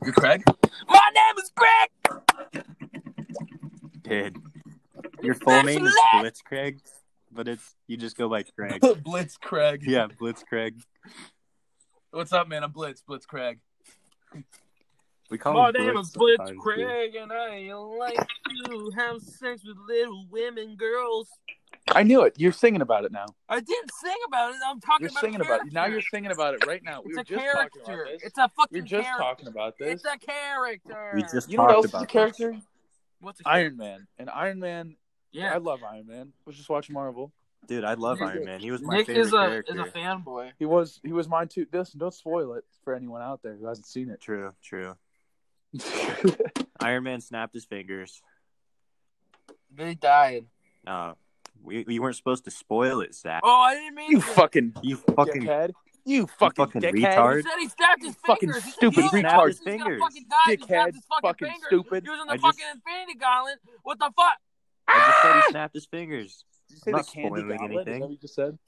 [SPEAKER 3] You're Craig?
[SPEAKER 1] My name is Craig.
[SPEAKER 2] Dude, your full name is Blitz Craig, but it's you just go by Craig.
[SPEAKER 3] Blitz Craig.
[SPEAKER 2] yeah, Blitz Craig.
[SPEAKER 3] What's up, man? I'm Blitz, Blitz Craig.
[SPEAKER 2] We call
[SPEAKER 1] My
[SPEAKER 2] him
[SPEAKER 1] name
[SPEAKER 2] Blitz
[SPEAKER 1] is Blitz
[SPEAKER 2] sometimes, too.
[SPEAKER 1] Craig, and I like to have sex with little women, girls.
[SPEAKER 3] I knew it. You're singing about it now.
[SPEAKER 1] I didn't sing about it. I'm talking
[SPEAKER 3] You're
[SPEAKER 1] about.
[SPEAKER 3] singing
[SPEAKER 1] a
[SPEAKER 3] about it. Now
[SPEAKER 1] character.
[SPEAKER 3] you're singing about it right now. we
[SPEAKER 1] It's
[SPEAKER 3] were
[SPEAKER 1] a
[SPEAKER 3] just talking
[SPEAKER 1] character.
[SPEAKER 3] about this.
[SPEAKER 1] It's a fucking
[SPEAKER 3] we were just
[SPEAKER 1] character.
[SPEAKER 3] talking about this.
[SPEAKER 1] It's a character.
[SPEAKER 2] We just
[SPEAKER 3] You know
[SPEAKER 2] talked
[SPEAKER 3] what else is
[SPEAKER 2] about
[SPEAKER 3] a
[SPEAKER 2] this.
[SPEAKER 3] character?
[SPEAKER 1] What's a
[SPEAKER 3] Iron Man. And Iron Man, I
[SPEAKER 1] Yeah.
[SPEAKER 3] love Iron Man. I was just watching Marvel.
[SPEAKER 2] Dude, I love
[SPEAKER 1] Nick-
[SPEAKER 2] Iron Man. He was my
[SPEAKER 1] Nick
[SPEAKER 2] favorite
[SPEAKER 1] is a
[SPEAKER 2] character.
[SPEAKER 1] is a fanboy.
[SPEAKER 3] He was he was mine too. Listen, don't spoil it for anyone out there who hasn't seen it.
[SPEAKER 2] True, true. Iron Man snapped his fingers.
[SPEAKER 1] They died.
[SPEAKER 2] Uh, we, we weren't supposed to spoil it, Zach.
[SPEAKER 1] Oh, I didn't mean
[SPEAKER 3] you
[SPEAKER 1] to.
[SPEAKER 3] fucking
[SPEAKER 2] You fucking
[SPEAKER 3] dickhead. You fucking,
[SPEAKER 2] fucking
[SPEAKER 3] dickhead.
[SPEAKER 1] He
[SPEAKER 2] retard.
[SPEAKER 1] said he snapped his
[SPEAKER 3] Fucking
[SPEAKER 1] fingers. He said
[SPEAKER 3] stupid
[SPEAKER 1] he only
[SPEAKER 3] retard.
[SPEAKER 1] He was gonna
[SPEAKER 2] Fingers.
[SPEAKER 1] fucking die if he
[SPEAKER 3] Dickhead,
[SPEAKER 1] snapped his fucking,
[SPEAKER 3] fucking
[SPEAKER 1] fingers.
[SPEAKER 3] stupid.
[SPEAKER 1] He was in the
[SPEAKER 2] I just-
[SPEAKER 1] fucking Infinity Gauntlet. What the fuck?
[SPEAKER 2] I just said he snapped his fingers.
[SPEAKER 3] Did you say
[SPEAKER 2] I'm not
[SPEAKER 3] the candy
[SPEAKER 2] spoiling
[SPEAKER 3] goblet? Is that
[SPEAKER 2] anything.
[SPEAKER 3] what you just said?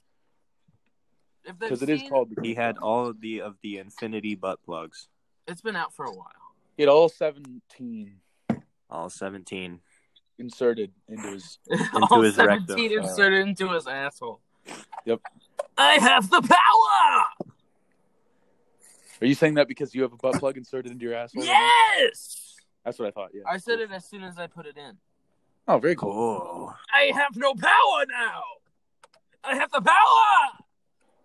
[SPEAKER 1] If they've
[SPEAKER 3] Because it is
[SPEAKER 1] seen-
[SPEAKER 3] called the
[SPEAKER 2] He
[SPEAKER 3] Candy
[SPEAKER 2] had
[SPEAKER 3] Goblet.
[SPEAKER 2] all of the of the infinity butt plugs.
[SPEAKER 1] It's been out for a while.
[SPEAKER 3] He had all seventeen
[SPEAKER 2] All seventeen.
[SPEAKER 3] inserted into his
[SPEAKER 1] All
[SPEAKER 2] his rectum.
[SPEAKER 1] seventeen inserted into his asshole.
[SPEAKER 3] Yep.
[SPEAKER 1] I have the power.
[SPEAKER 3] Are you saying that because you have a butt plug inserted into your asshole? right now?
[SPEAKER 1] Yes.
[SPEAKER 3] That's what I thought, yeah.
[SPEAKER 1] I said it as soon as I put it in.
[SPEAKER 3] Oh, very cool.
[SPEAKER 2] Oh,
[SPEAKER 1] I have no power now. I have the power.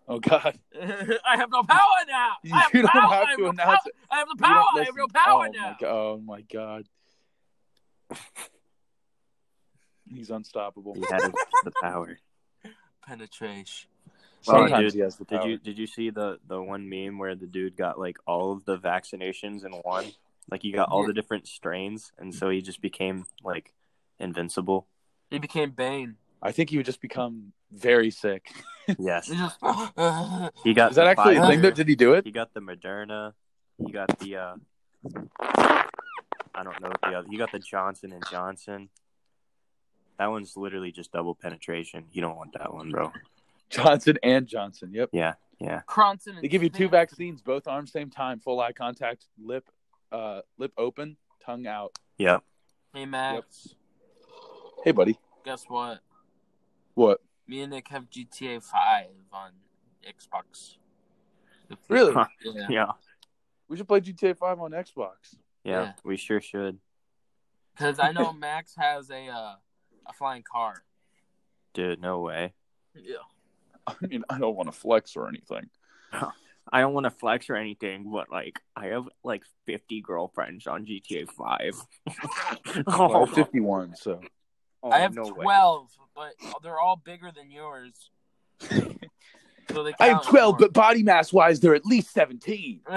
[SPEAKER 3] Oh god.
[SPEAKER 1] I have no power now.
[SPEAKER 3] You
[SPEAKER 1] I have
[SPEAKER 3] don't
[SPEAKER 1] power. I
[SPEAKER 3] have
[SPEAKER 1] have
[SPEAKER 3] to
[SPEAKER 1] no
[SPEAKER 3] announce
[SPEAKER 1] pow-
[SPEAKER 3] it.
[SPEAKER 1] I have the
[SPEAKER 3] You don't
[SPEAKER 1] power. I have
[SPEAKER 3] listen.
[SPEAKER 1] no power
[SPEAKER 3] oh,
[SPEAKER 1] now.
[SPEAKER 3] My, go- oh my god. He's unstoppable.
[SPEAKER 2] he had the power.
[SPEAKER 1] Penetration.
[SPEAKER 2] Well,
[SPEAKER 3] Sometimes
[SPEAKER 2] dude,
[SPEAKER 3] he has the
[SPEAKER 2] Did
[SPEAKER 3] power.
[SPEAKER 2] you did you see the the one meme where the dude got like all of the vaccinations in one? Like he got all the different strains, and so he just became like invincible.
[SPEAKER 1] He became Bane.
[SPEAKER 3] I think he would just become very sick.
[SPEAKER 2] Yes,
[SPEAKER 1] He just, I
[SPEAKER 2] he got.
[SPEAKER 3] Is that
[SPEAKER 2] the
[SPEAKER 3] actually a
[SPEAKER 2] Pfizer,
[SPEAKER 3] thing though? Did he do it?
[SPEAKER 2] He got the Moderna. He got the. uh I don't know the other. You got the Johnson and Johnson. That one's literally just double penetration. You don't want that one, bro.
[SPEAKER 3] Johnson and Johnson. Yep.
[SPEAKER 1] Cronson.
[SPEAKER 3] They give you two vaccines, both arms same time, full eye contact, lip uh lip open, tongue out.
[SPEAKER 2] Yeah.
[SPEAKER 1] Hey Max,
[SPEAKER 3] Hey buddy.
[SPEAKER 1] guess what?
[SPEAKER 3] What?
[SPEAKER 1] Me and Nick have GTA Five on Xbox.
[SPEAKER 3] Really?
[SPEAKER 2] Huh.
[SPEAKER 1] Yeah.
[SPEAKER 2] Yeah.
[SPEAKER 3] We should play GTA five on Xbox.
[SPEAKER 2] Yeah,
[SPEAKER 1] Yeah.
[SPEAKER 2] we sure should.
[SPEAKER 1] Because I know Max has a uh, a flying car.
[SPEAKER 2] Dude, no way.
[SPEAKER 1] Yeah.
[SPEAKER 3] I mean, I don't want to flex or anything.
[SPEAKER 2] I don't want to flex or anything, but like I have like 50 girlfriends on GTA 5.
[SPEAKER 3] Well, I'm 51, so
[SPEAKER 2] Oh,
[SPEAKER 1] I have twelve, but they're all bigger than yours. so they
[SPEAKER 3] I am
[SPEAKER 1] count as
[SPEAKER 3] 12,
[SPEAKER 1] more.
[SPEAKER 3] but body mass wise, they're at least 17.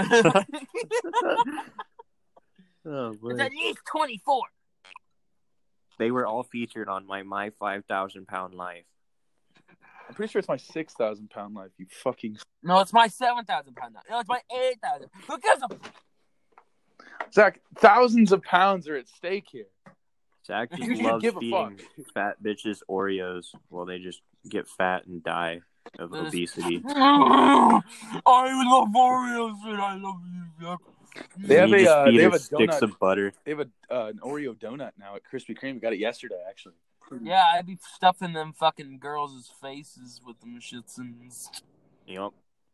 [SPEAKER 1] it's at least twenty four.
[SPEAKER 2] They were all featured on my my 5,000 pound life.
[SPEAKER 3] I'm pretty sure it's my 6,000 pound life. You fucking
[SPEAKER 1] No, it's my seven thousand pound now. No, it's my eight thousand. Who gives a
[SPEAKER 3] Zach, thousands of pounds are at stake here.
[SPEAKER 2] Zach
[SPEAKER 1] You
[SPEAKER 2] just
[SPEAKER 1] should
[SPEAKER 2] loves
[SPEAKER 3] give a
[SPEAKER 2] feeding
[SPEAKER 3] fuck.
[SPEAKER 2] fat bitches Oreos while they just get fat and die of
[SPEAKER 1] That is-
[SPEAKER 2] obesity.
[SPEAKER 1] I love Oreos and I love you.
[SPEAKER 3] They have
[SPEAKER 2] And you
[SPEAKER 3] a,
[SPEAKER 2] just
[SPEAKER 3] uh,
[SPEAKER 2] feed
[SPEAKER 3] they
[SPEAKER 2] her
[SPEAKER 3] have a
[SPEAKER 2] sticks
[SPEAKER 3] donut.
[SPEAKER 2] of butter.
[SPEAKER 3] They have a, uh, an Oreo donut now at Krispy Kreme. We got it yesterday, actually.
[SPEAKER 1] Yeah, I'd be stuffing them fucking girls' faces with them shits and
[SPEAKER 2] Yup.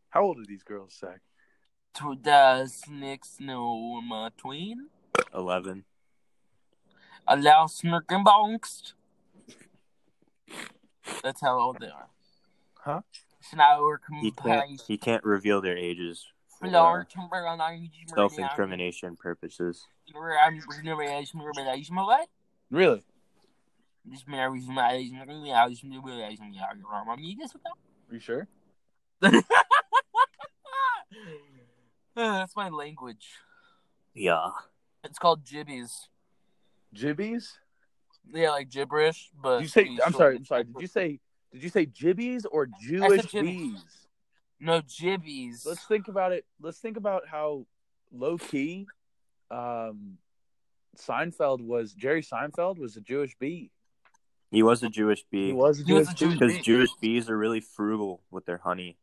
[SPEAKER 3] How old are these girls, Zach?
[SPEAKER 1] tw- uh, snicks no my tween.
[SPEAKER 2] 11.
[SPEAKER 1] Allow smirking bongst. That's how old they are.
[SPEAKER 3] Huh?
[SPEAKER 1] Snower Mm,
[SPEAKER 2] He can't, he can't reveal their ages
[SPEAKER 1] Lord, Timberland, I'm-
[SPEAKER 2] self incrimination purposes.
[SPEAKER 1] I'm- I'm- what?
[SPEAKER 3] Really?
[SPEAKER 1] Just married my eyes, my eyes, my eyes, my eyes, my eyes.
[SPEAKER 3] Are you sure?
[SPEAKER 1] That's my language.
[SPEAKER 2] Yeah.
[SPEAKER 1] It's called jibbies.
[SPEAKER 3] Jibbies?
[SPEAKER 1] Yeah, like gibberish, but
[SPEAKER 3] Did you say?
[SPEAKER 1] we
[SPEAKER 3] I'm
[SPEAKER 1] shorten
[SPEAKER 3] sorry.
[SPEAKER 1] it
[SPEAKER 3] I'm sorry.
[SPEAKER 1] to-
[SPEAKER 3] Did you say? Did you say jibbies or Jewish
[SPEAKER 1] jibbies.
[SPEAKER 3] bees?
[SPEAKER 1] no jibbies?
[SPEAKER 3] Let's think about it. Let's think about how low key, um, Seinfeld was. Jerry Seinfeld was a Jewish bee.
[SPEAKER 2] He was a Jewish
[SPEAKER 3] He
[SPEAKER 2] bee.
[SPEAKER 3] was a
[SPEAKER 1] He was
[SPEAKER 3] Jewish
[SPEAKER 1] a
[SPEAKER 3] bee.
[SPEAKER 1] Jewish
[SPEAKER 2] Because
[SPEAKER 1] bee.
[SPEAKER 2] Jewish bees are really frugal with their honey.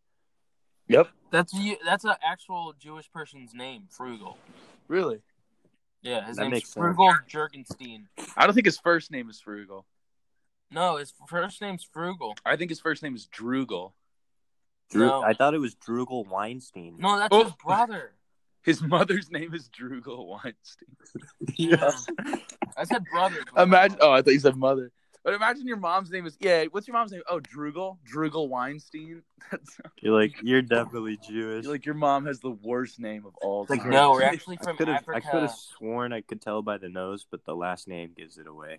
[SPEAKER 3] Yep.
[SPEAKER 1] That's a, that's an actual Jewish person's name, Frugal.
[SPEAKER 3] Really?
[SPEAKER 1] Yeah, his
[SPEAKER 2] That
[SPEAKER 1] name's
[SPEAKER 2] makes sense.
[SPEAKER 1] Frugal Jurgenstein.
[SPEAKER 3] I don't think his first name is Frugal.
[SPEAKER 1] No, his first name's Frugal.
[SPEAKER 3] I think his first name is Drugal.
[SPEAKER 2] Dru-
[SPEAKER 1] No.
[SPEAKER 2] I thought it was Drugal Weinstein.
[SPEAKER 1] No, that's
[SPEAKER 3] Oh.
[SPEAKER 1] his brother.
[SPEAKER 3] His mother's name is Drugal Weinstein.
[SPEAKER 1] Yeah. I said brother. but-
[SPEAKER 3] Imagine. Oh, I thought you said mother. But imagine your mom's name is yeah. What's your mom's name? Oh, Drugal. Drugal Weinstein. That's
[SPEAKER 2] You're like, you're definitely Jewish.
[SPEAKER 3] like your mom has the worst name of all
[SPEAKER 2] Like,
[SPEAKER 3] time.
[SPEAKER 1] no, we're actually
[SPEAKER 2] I
[SPEAKER 1] from
[SPEAKER 2] could have I
[SPEAKER 1] Africa.
[SPEAKER 2] could have sworn I could tell by the nose, but the last name gives it away.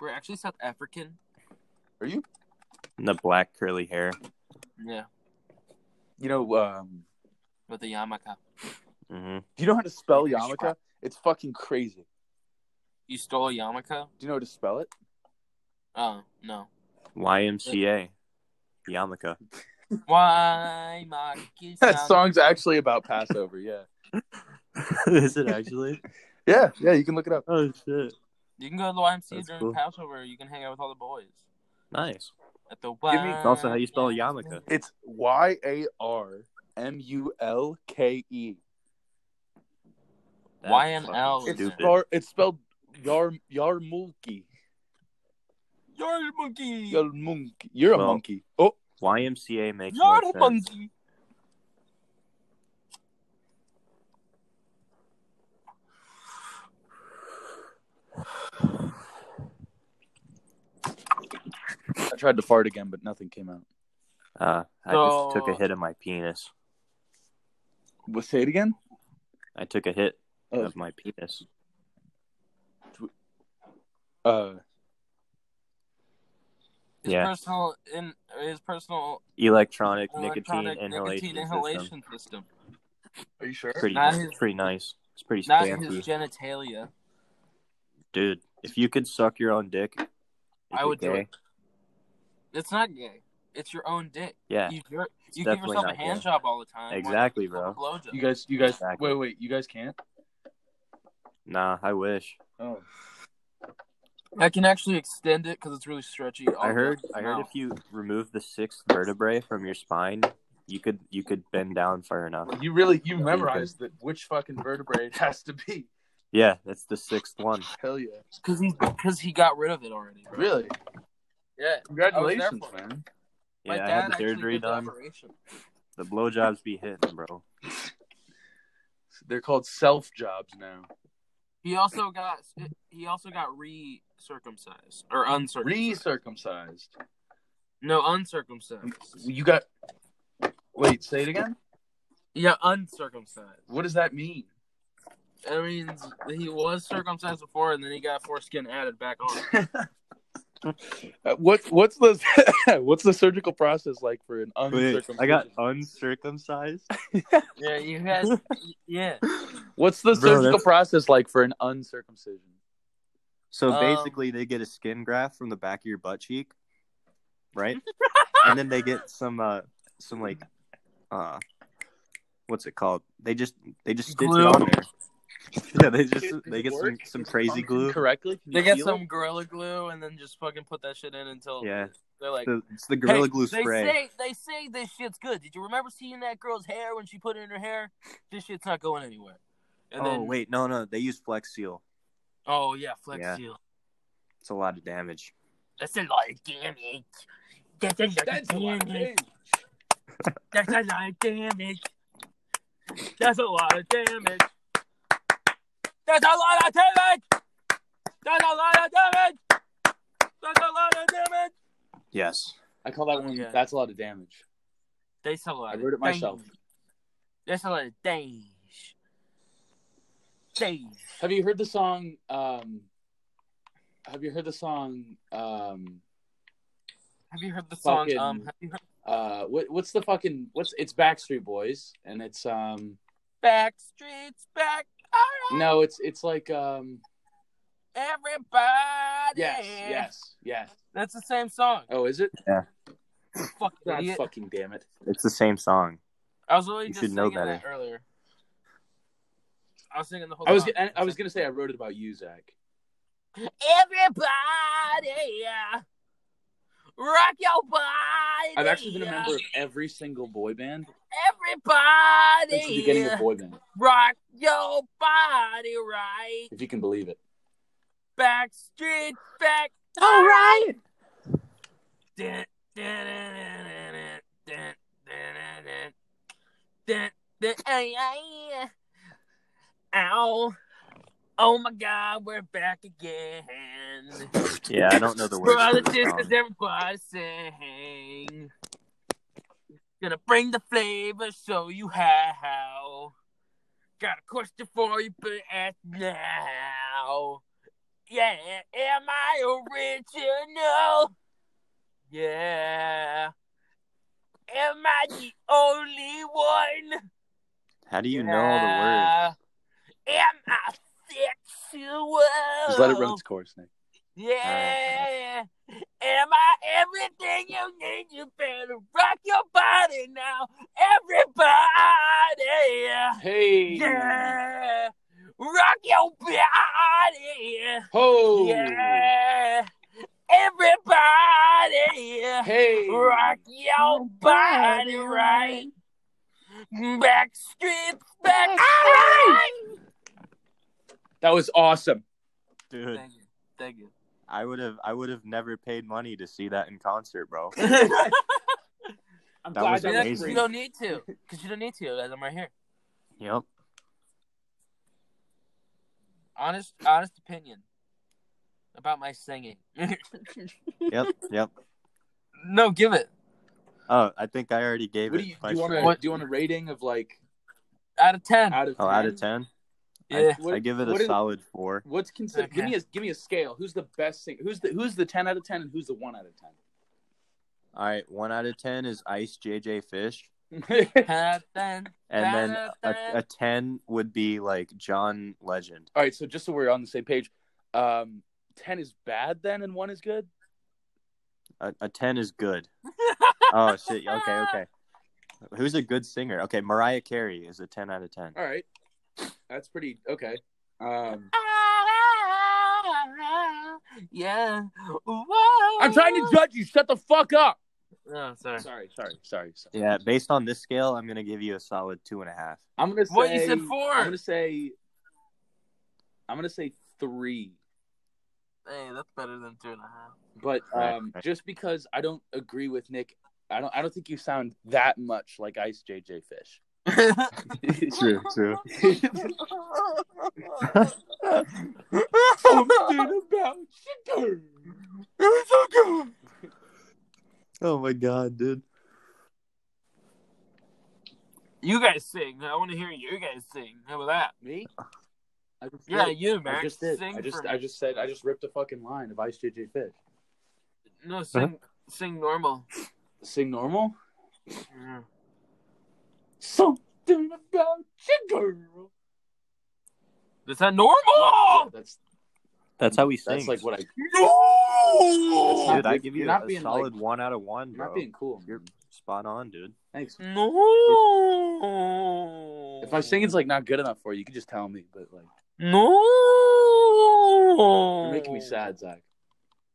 [SPEAKER 1] We're actually South African.
[SPEAKER 3] Are you?
[SPEAKER 2] And the black curly hair.
[SPEAKER 1] Yeah,
[SPEAKER 3] You know, um,
[SPEAKER 1] with the yarmulke.
[SPEAKER 2] hmm
[SPEAKER 3] do you know how to spell
[SPEAKER 1] Yeah,
[SPEAKER 3] yarmulke? It's fucking crazy.
[SPEAKER 1] You stole a yarmulke?
[SPEAKER 3] Do you know how to spell it?
[SPEAKER 1] Oh no.
[SPEAKER 2] YMCA. Yamaka.
[SPEAKER 1] Why, my kids
[SPEAKER 3] That
[SPEAKER 1] sound-
[SPEAKER 3] song's actually about Passover. Yeah.
[SPEAKER 2] Is it actually?
[SPEAKER 3] Yeah. Yeah. You can look it up.
[SPEAKER 2] oh shit.
[SPEAKER 1] You can go to the YMCA
[SPEAKER 2] That's
[SPEAKER 1] during
[SPEAKER 2] cool.
[SPEAKER 1] Passover. You can hang out with all the boys
[SPEAKER 2] Nice.
[SPEAKER 1] at the
[SPEAKER 3] me-
[SPEAKER 1] YMCA.
[SPEAKER 3] It's
[SPEAKER 2] also how you spell yarmulke.
[SPEAKER 3] It's Y A R M U L K E.
[SPEAKER 2] That's
[SPEAKER 1] YNL
[SPEAKER 2] fucking
[SPEAKER 1] is
[SPEAKER 3] It's
[SPEAKER 1] Stupid.
[SPEAKER 3] spar- it's spelled yar yarmulki.
[SPEAKER 1] Yard monkey.
[SPEAKER 3] Yarmulki. You're a
[SPEAKER 2] Well,
[SPEAKER 3] monkey. Oh,
[SPEAKER 2] YMCA makes
[SPEAKER 1] Yard
[SPEAKER 2] more sense.
[SPEAKER 1] monkey.
[SPEAKER 3] I tried to fart again, but nothing came out.
[SPEAKER 2] Uh, I just took a
[SPEAKER 1] So-
[SPEAKER 2] hit of my penis.
[SPEAKER 3] Well, say it again.
[SPEAKER 2] I took a hit
[SPEAKER 3] Oh.
[SPEAKER 2] of my penis.
[SPEAKER 3] Uh,
[SPEAKER 1] His
[SPEAKER 2] Yeah.
[SPEAKER 1] personal in his personal
[SPEAKER 2] Electronic,
[SPEAKER 1] electronic
[SPEAKER 2] nicotine inhalation,
[SPEAKER 1] nicotine
[SPEAKER 2] system.
[SPEAKER 1] inhalation system.
[SPEAKER 3] are you sure?
[SPEAKER 2] Pretty,
[SPEAKER 1] Not
[SPEAKER 2] nice.
[SPEAKER 1] his-
[SPEAKER 2] pretty nice. It's pretty
[SPEAKER 1] Not
[SPEAKER 2] spanky,
[SPEAKER 1] his genitalia.
[SPEAKER 2] dude. If you could suck your own dick, is
[SPEAKER 1] I would do
[SPEAKER 2] gay?
[SPEAKER 1] it. It's not gay. It's your own dick.
[SPEAKER 2] Yeah,
[SPEAKER 1] You, you're, you give
[SPEAKER 2] definitely
[SPEAKER 1] yourself a
[SPEAKER 2] not
[SPEAKER 1] hand
[SPEAKER 2] gay.
[SPEAKER 1] job all the time.
[SPEAKER 2] Exactly, bro.
[SPEAKER 1] Blow
[SPEAKER 3] You guys, you guys,
[SPEAKER 2] Exactly.
[SPEAKER 3] wait, wait, you guys can't.
[SPEAKER 2] nah. I wish.
[SPEAKER 3] Oh,
[SPEAKER 1] I can actually extend it because it's really stretchy.
[SPEAKER 2] I
[SPEAKER 1] I'll
[SPEAKER 2] heard.
[SPEAKER 1] do it
[SPEAKER 2] I heard
[SPEAKER 1] now.
[SPEAKER 2] if you remove the sixth vertebrae from your spine, you could you could bend down far enough.
[SPEAKER 3] you really, you memorized that which fucking vertebrae it has to be.
[SPEAKER 2] Yeah, that's the sixth one.
[SPEAKER 3] Hell yeah!
[SPEAKER 1] Cause he, cause he got rid of it already. Bro.
[SPEAKER 3] Really?
[SPEAKER 1] Yeah.
[SPEAKER 3] Congratulations,
[SPEAKER 1] I was there for
[SPEAKER 3] man.
[SPEAKER 2] Yeah,
[SPEAKER 1] My
[SPEAKER 2] I
[SPEAKER 1] dad
[SPEAKER 2] had the
[SPEAKER 1] actually
[SPEAKER 2] surgery
[SPEAKER 1] did the
[SPEAKER 2] done.
[SPEAKER 1] operation.
[SPEAKER 2] The blowjobs be hitting, bro.
[SPEAKER 3] They're called self jobs now.
[SPEAKER 1] He also got he also got re-circumcised or uncircumcised.
[SPEAKER 3] Recircumcised.
[SPEAKER 1] no, uncircumcised.
[SPEAKER 3] You got. Wait, say it again.
[SPEAKER 1] Yeah, uncircumcised.
[SPEAKER 3] What does that mean?
[SPEAKER 1] That means that he was circumcised before, and then he got foreskin added back on.
[SPEAKER 3] Uh, What what's the what's the surgical process like for an
[SPEAKER 2] Wait,
[SPEAKER 3] uncircumcised?
[SPEAKER 2] I got uh, uncircumcised.
[SPEAKER 1] yeah, you had. Yeah,
[SPEAKER 3] What's the
[SPEAKER 2] Bro,
[SPEAKER 3] surgical
[SPEAKER 2] that's-
[SPEAKER 3] process like for an uncircumcision?
[SPEAKER 2] So
[SPEAKER 1] Um,
[SPEAKER 2] basically, they get a skin graft from the back of your butt cheek, right? and then they get some, uh, some like, uh, what's it called? They just they just stitch
[SPEAKER 1] Glue.
[SPEAKER 2] it on there. Yeah, they just
[SPEAKER 3] Does it
[SPEAKER 2] they get some
[SPEAKER 3] work?
[SPEAKER 2] some
[SPEAKER 3] Does it
[SPEAKER 2] crazy
[SPEAKER 3] function
[SPEAKER 2] glue.
[SPEAKER 3] Correctly? Can
[SPEAKER 1] they
[SPEAKER 3] you
[SPEAKER 1] got
[SPEAKER 3] feel
[SPEAKER 1] some
[SPEAKER 3] it?
[SPEAKER 1] gorilla glue, and then just fucking put that shit in until
[SPEAKER 2] Yeah,
[SPEAKER 1] they're like.
[SPEAKER 2] the, it's the gorilla
[SPEAKER 1] "Hey,
[SPEAKER 2] glue
[SPEAKER 1] they
[SPEAKER 2] spray.
[SPEAKER 1] say they say this shit's good. Did you remember seeing that girl's hair when she put it in her hair? This shit's not going anywhere. And
[SPEAKER 2] oh
[SPEAKER 1] then,
[SPEAKER 2] wait, no, no, they use Flex Seal.
[SPEAKER 1] oh yeah, Flex
[SPEAKER 2] Yeah.
[SPEAKER 1] Seal.
[SPEAKER 2] It's a lot of damage.
[SPEAKER 1] That's a lot of damage. That's a lot
[SPEAKER 3] That's
[SPEAKER 1] of
[SPEAKER 3] a lot
[SPEAKER 1] damage.
[SPEAKER 3] of damage.
[SPEAKER 1] That's a lot of damage. That's a lot of damage. That's a lot of damage. That's a lot of damage. That's a lot of damage.
[SPEAKER 2] Yes.
[SPEAKER 3] I call that one.
[SPEAKER 1] Yeah.
[SPEAKER 3] That's a lot of damage.
[SPEAKER 1] They sell a lot.
[SPEAKER 3] I wrote it myself.
[SPEAKER 1] That's a lot of days. Days.
[SPEAKER 3] Have you heard the song? Um, have you heard the song? Um,
[SPEAKER 1] Have you heard the song?
[SPEAKER 3] Fucking-
[SPEAKER 1] Um, have you heard
[SPEAKER 3] uh, what, what's the fucking? What's it's Backstreet Boys, and it's um,
[SPEAKER 1] Backstreet's back. All right,
[SPEAKER 3] no, it's it's like um,
[SPEAKER 1] everybody.
[SPEAKER 3] yes, yes, yes.
[SPEAKER 1] That's the same song.
[SPEAKER 3] Oh, is it?
[SPEAKER 1] Fuck
[SPEAKER 3] God,
[SPEAKER 1] idiot.
[SPEAKER 3] fucking damn it!
[SPEAKER 2] It's the same song.
[SPEAKER 1] I was literally
[SPEAKER 2] You
[SPEAKER 1] just
[SPEAKER 2] should
[SPEAKER 1] singing
[SPEAKER 2] know
[SPEAKER 1] that
[SPEAKER 2] better.
[SPEAKER 1] earlier. I was singing the whole.
[SPEAKER 3] I was
[SPEAKER 1] song.
[SPEAKER 3] I, I was gonna say I wrote it about you, Zach.
[SPEAKER 1] Everybody, yeah. rock your body.
[SPEAKER 3] I've actually been a
[SPEAKER 1] yeah.
[SPEAKER 3] member of every single boy band since the
[SPEAKER 1] Everybody,
[SPEAKER 3] beginning
[SPEAKER 1] yeah.
[SPEAKER 3] of boy band,
[SPEAKER 1] rock your body right.
[SPEAKER 3] if you can believe it.
[SPEAKER 1] Backstreet back.
[SPEAKER 3] All right.
[SPEAKER 1] Dun, dun, dun, dun, dun, dun, dun, dun, ay, ay, ay. Ow. Oh my god, we're back again.
[SPEAKER 2] Yeah, I don't know the words. to
[SPEAKER 1] Brothers,
[SPEAKER 2] the
[SPEAKER 1] sisters,
[SPEAKER 2] song.
[SPEAKER 1] everybody sing. Gonna bring the flavor, show you how. Got a question for you, but ask now. Yeah, am I original? Yeah. Am I the only one?
[SPEAKER 2] How do you know all the words?
[SPEAKER 1] Yeah. Am I sexual?
[SPEAKER 3] Just let it
[SPEAKER 1] Oh.
[SPEAKER 3] run its course, Nick.
[SPEAKER 1] Yeah. Am I everything you need? You better rock your body now. Everybody.
[SPEAKER 3] Hey.
[SPEAKER 1] Yeah. Rock your body.
[SPEAKER 3] Ho.
[SPEAKER 1] Yeah. Everybody.
[SPEAKER 3] Hey.
[SPEAKER 1] Rock your body right. Back streets back. All right.
[SPEAKER 3] That was awesome.
[SPEAKER 2] Dude,
[SPEAKER 1] you. Thank you.
[SPEAKER 2] I would have I would have never paid money to see that in concert, bro.
[SPEAKER 3] I'm
[SPEAKER 2] That
[SPEAKER 3] glad
[SPEAKER 2] was
[SPEAKER 3] that was
[SPEAKER 2] amazing.
[SPEAKER 1] You
[SPEAKER 3] free.
[SPEAKER 1] don't need to, because you don't need to, guys. I'm right here.
[SPEAKER 2] yep.
[SPEAKER 1] honest honest opinion about my singing.
[SPEAKER 2] Yep. Yep.
[SPEAKER 1] no, give it.
[SPEAKER 2] Oh, I think I already gave
[SPEAKER 3] What
[SPEAKER 2] it.
[SPEAKER 3] do you,
[SPEAKER 2] my
[SPEAKER 3] do you want
[SPEAKER 2] score.
[SPEAKER 3] to do you want a rating of like
[SPEAKER 1] Out of ten.
[SPEAKER 3] out of
[SPEAKER 2] Oh, out of ten?
[SPEAKER 1] yeah.
[SPEAKER 2] I give it a
[SPEAKER 3] what is-
[SPEAKER 2] solid four.
[SPEAKER 3] What's considered? Give
[SPEAKER 1] Okay.
[SPEAKER 3] me a give me a scale. Who's the best singer? Who's the who's the ten out of ten and who's the one out of
[SPEAKER 2] All right, one out of ten is Ice JJ Fish,
[SPEAKER 3] ten?
[SPEAKER 1] Out of ten.
[SPEAKER 2] and then
[SPEAKER 1] Out
[SPEAKER 2] a,
[SPEAKER 1] of
[SPEAKER 2] a ten would be like John Legend.
[SPEAKER 3] All right, so just so we're on the same page, um, ten is bad then, and one is good.
[SPEAKER 2] A, a ten is good. oh shit! Okay, okay. Who's a good singer? Okay, Mariah Carey is a ten out of ten.
[SPEAKER 3] All right, that's pretty okay. Um,
[SPEAKER 1] Yeah. Whoa.
[SPEAKER 3] I'm trying to judge you. Shut the fuck up.
[SPEAKER 1] Oh, sorry.
[SPEAKER 3] Sorry, sorry, sorry. sorry.
[SPEAKER 2] Yeah, based on this scale, I'm gonna give you a solid two and a half.
[SPEAKER 3] I'm gonna say.
[SPEAKER 1] What you said four.
[SPEAKER 3] I'm gonna say. I'm gonna say three.
[SPEAKER 1] Hey, that's better than two and a half.
[SPEAKER 3] but
[SPEAKER 2] Right,
[SPEAKER 3] um,
[SPEAKER 2] right.
[SPEAKER 3] just because I don't agree with Nick, I don't. I don't think you sound that much like Ice JJ Fish.
[SPEAKER 2] True, true.
[SPEAKER 3] about sugar.
[SPEAKER 2] Oh my god, dude.
[SPEAKER 1] You guys sing. I want to hear you guys sing. How about that?
[SPEAKER 3] Me? I just
[SPEAKER 1] Yeah,
[SPEAKER 3] did.
[SPEAKER 1] you man.
[SPEAKER 3] I just did.
[SPEAKER 1] Sing
[SPEAKER 3] I just.
[SPEAKER 1] for
[SPEAKER 3] I
[SPEAKER 1] me.
[SPEAKER 3] just said. I just ripped a fucking line of Ice JJ Fish.
[SPEAKER 1] no sing. Sing normal.
[SPEAKER 3] Sing normal.
[SPEAKER 1] Yeah.
[SPEAKER 3] Something about sugar.
[SPEAKER 1] Is that normal? Oh,
[SPEAKER 3] Yeah, that's
[SPEAKER 2] That's how we sing.
[SPEAKER 3] that's like what I.
[SPEAKER 1] No!
[SPEAKER 2] Dude, I give you
[SPEAKER 3] You're not
[SPEAKER 2] a
[SPEAKER 3] being,
[SPEAKER 2] solid
[SPEAKER 3] like-
[SPEAKER 2] one out of one,
[SPEAKER 3] I'm
[SPEAKER 2] bro.
[SPEAKER 3] not being cool.
[SPEAKER 2] You're spot on, dude.
[SPEAKER 3] Thanks.
[SPEAKER 1] No.
[SPEAKER 3] If my singing's like not good enough for you, you can just tell me. But like,
[SPEAKER 1] no,
[SPEAKER 3] you're making me
[SPEAKER 1] Oh.
[SPEAKER 3] sad, Zach.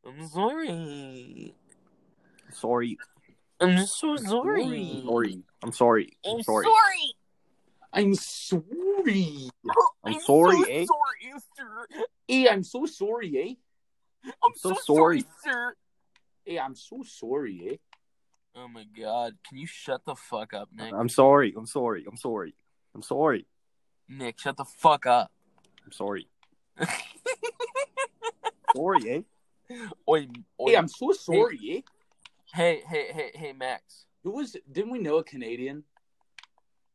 [SPEAKER 1] I'm sorry.
[SPEAKER 2] Sorry,
[SPEAKER 1] I'm so sorry.
[SPEAKER 2] sorry. I'm sorry.
[SPEAKER 1] I'm
[SPEAKER 2] I'm sorry.
[SPEAKER 1] sorry.
[SPEAKER 3] I'm sorry.
[SPEAKER 2] I'm sorry,
[SPEAKER 1] so
[SPEAKER 2] eh?
[SPEAKER 1] sorry, sir.
[SPEAKER 3] Hey, I'm so sorry, eh?
[SPEAKER 1] I'm
[SPEAKER 2] so
[SPEAKER 1] so, sorry. sir.
[SPEAKER 3] Hey, Eh, I'm so sorry, eh?
[SPEAKER 1] Oh my god, can you shut the fuck up, Nick?
[SPEAKER 3] Uh-huh.
[SPEAKER 2] I'm sorry. I'm sorry. I'm sorry. I'm sorry.
[SPEAKER 1] Nick, shut the fuck up.
[SPEAKER 2] I'm sorry. sorry, eh?
[SPEAKER 1] Oi, oi.
[SPEAKER 3] Hey, I'm so sorry, eh?
[SPEAKER 1] hey, hey, hey, hey, Max.
[SPEAKER 3] Who was? Didn't we know a Canadian?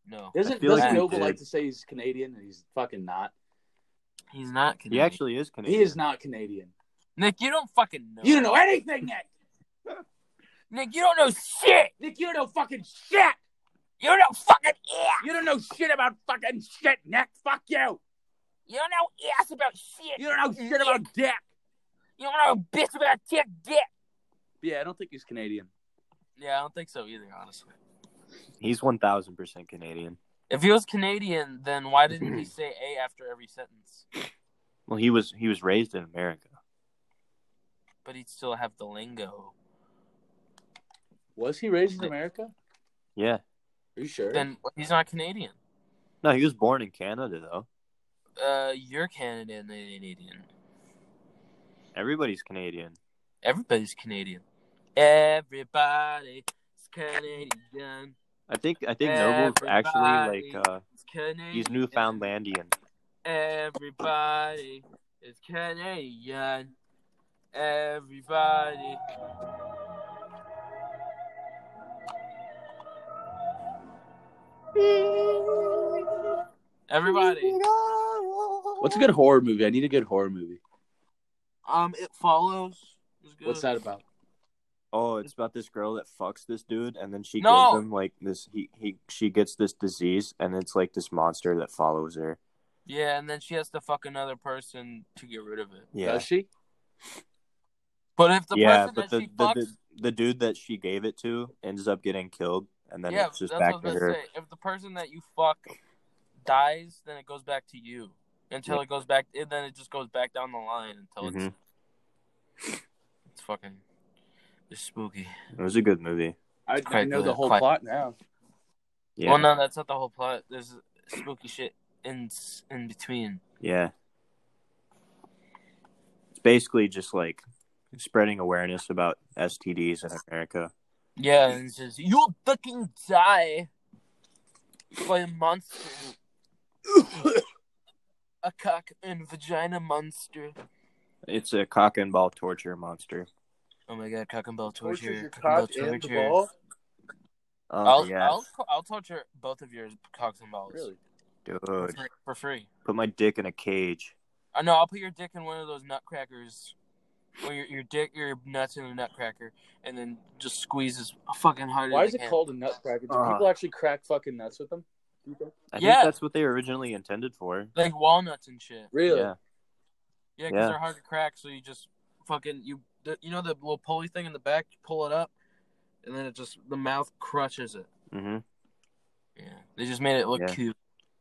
[SPEAKER 1] No,
[SPEAKER 2] I
[SPEAKER 3] Doesn't
[SPEAKER 2] feel like
[SPEAKER 3] doesn't
[SPEAKER 1] he
[SPEAKER 3] Noble
[SPEAKER 2] did.
[SPEAKER 3] like to say he's Canadian and he's fucking not?
[SPEAKER 1] he's not
[SPEAKER 2] He
[SPEAKER 1] Canadian.
[SPEAKER 2] actually is Canadian.
[SPEAKER 3] He is not Canadian.
[SPEAKER 1] Nick, you don't fucking know.
[SPEAKER 3] You don't know anything, Nick.
[SPEAKER 1] Nick, you don't know shit.
[SPEAKER 3] Nick, you don't know fucking shit.
[SPEAKER 1] You don't know fucking ass.
[SPEAKER 3] You don't know shit about fucking shit, Nick. Fuck you.
[SPEAKER 1] You don't know ass about shit.
[SPEAKER 3] You don't know shit about dick.
[SPEAKER 1] You don't know bitch about tick dick.
[SPEAKER 3] Yeah, I don't think he's Canadian.
[SPEAKER 1] Yeah, I don't think so either, honestly.
[SPEAKER 2] He's one thousand percent Canadian.
[SPEAKER 1] If he was Canadian, then why didn't he say A after every sentence?
[SPEAKER 2] Well, he was he was raised in America.
[SPEAKER 1] But he'd still have the lingo.
[SPEAKER 3] Was he raised in America?
[SPEAKER 2] Yeah.
[SPEAKER 3] Are you sure?
[SPEAKER 1] Then he's not Canadian.
[SPEAKER 2] No, he was born in Canada though.
[SPEAKER 1] Uh, you're Canadian, Canadian.
[SPEAKER 2] Everybody's Canadian.
[SPEAKER 1] Everybody's Canadian. Everybody's Canadian.
[SPEAKER 2] I think I think Noble's actually
[SPEAKER 1] Everybody.
[SPEAKER 2] like uh
[SPEAKER 1] It's Canadian.
[SPEAKER 2] he's Newfoundlandian.
[SPEAKER 1] Everybody is Canadian. Everybody. Everybody.
[SPEAKER 3] What's a good horror movie? I need a good horror movie.
[SPEAKER 1] Um, it follows. is good.
[SPEAKER 3] What's that about?
[SPEAKER 2] Oh, it's about this girl that fucks this dude, and then she
[SPEAKER 1] No.
[SPEAKER 2] gives him like this. He, he she gets this disease, and it's like this monster that follows her.
[SPEAKER 1] Yeah, and then she has to fuck another person to get rid of it.
[SPEAKER 2] Yeah,
[SPEAKER 3] Does she?
[SPEAKER 1] But if the
[SPEAKER 2] yeah,
[SPEAKER 1] person
[SPEAKER 2] but
[SPEAKER 1] that
[SPEAKER 2] the
[SPEAKER 1] she
[SPEAKER 2] the,
[SPEAKER 1] fucks,
[SPEAKER 2] the the dude that she gave it to ends up getting killed, and then
[SPEAKER 1] yeah,
[SPEAKER 2] it's just
[SPEAKER 1] that's
[SPEAKER 2] back
[SPEAKER 1] what
[SPEAKER 2] to
[SPEAKER 1] I was gonna
[SPEAKER 2] her.
[SPEAKER 1] say. If the person that you fuck dies, then it goes back to you until it goes back, and then it just goes back down the line until it's
[SPEAKER 2] Mm-hmm.
[SPEAKER 1] it's fucking it's spooky.
[SPEAKER 2] It was a good movie.
[SPEAKER 3] I, I
[SPEAKER 1] Quite
[SPEAKER 3] know the
[SPEAKER 1] good,
[SPEAKER 3] whole
[SPEAKER 1] quite-
[SPEAKER 3] plot now.
[SPEAKER 2] Yeah,
[SPEAKER 1] Well, no, that's not the whole plot. There's spooky shit in in between.
[SPEAKER 2] yeah. It's basically just like spreading awareness about STDs in America.
[SPEAKER 1] Yeah, and it says you'll fucking die by a monster, a cock and vagina monster.
[SPEAKER 2] It's a cock and ball torture monster.
[SPEAKER 1] Oh my god, cock and ball
[SPEAKER 3] Tortures
[SPEAKER 1] torture,
[SPEAKER 3] your
[SPEAKER 1] cock and ball
[SPEAKER 3] cock and the
[SPEAKER 1] torture.
[SPEAKER 3] ball?
[SPEAKER 2] Oh
[SPEAKER 1] I'll,
[SPEAKER 2] yeah,
[SPEAKER 1] I'll I'll torture both of your cocks and balls
[SPEAKER 3] Really?
[SPEAKER 1] for,
[SPEAKER 2] dude,
[SPEAKER 1] free- for free.
[SPEAKER 2] put my dick in a cage.
[SPEAKER 1] I know I'll put your dick in one of those nutcrackers, or your your dick your nuts in a nutcracker, and then just squeeze as fucking hard.
[SPEAKER 3] Why
[SPEAKER 1] as
[SPEAKER 3] is
[SPEAKER 1] I
[SPEAKER 3] it
[SPEAKER 1] can.
[SPEAKER 3] called a nutcracker? Do
[SPEAKER 2] Uh.
[SPEAKER 3] people actually crack fucking nuts with them?
[SPEAKER 2] I
[SPEAKER 1] Yeah.
[SPEAKER 2] think that's what they originally intended for.
[SPEAKER 1] like walnuts and shit?
[SPEAKER 3] Really?
[SPEAKER 2] Yeah.
[SPEAKER 1] Yeah, because
[SPEAKER 2] Yeah.
[SPEAKER 1] they're hard to crack. So you just fucking you the, you know the little pulley thing in the back. You pull it up, and then it just the mouth crushes it.
[SPEAKER 2] hmm
[SPEAKER 1] Yeah, they just made it look
[SPEAKER 2] Yeah.
[SPEAKER 1] cute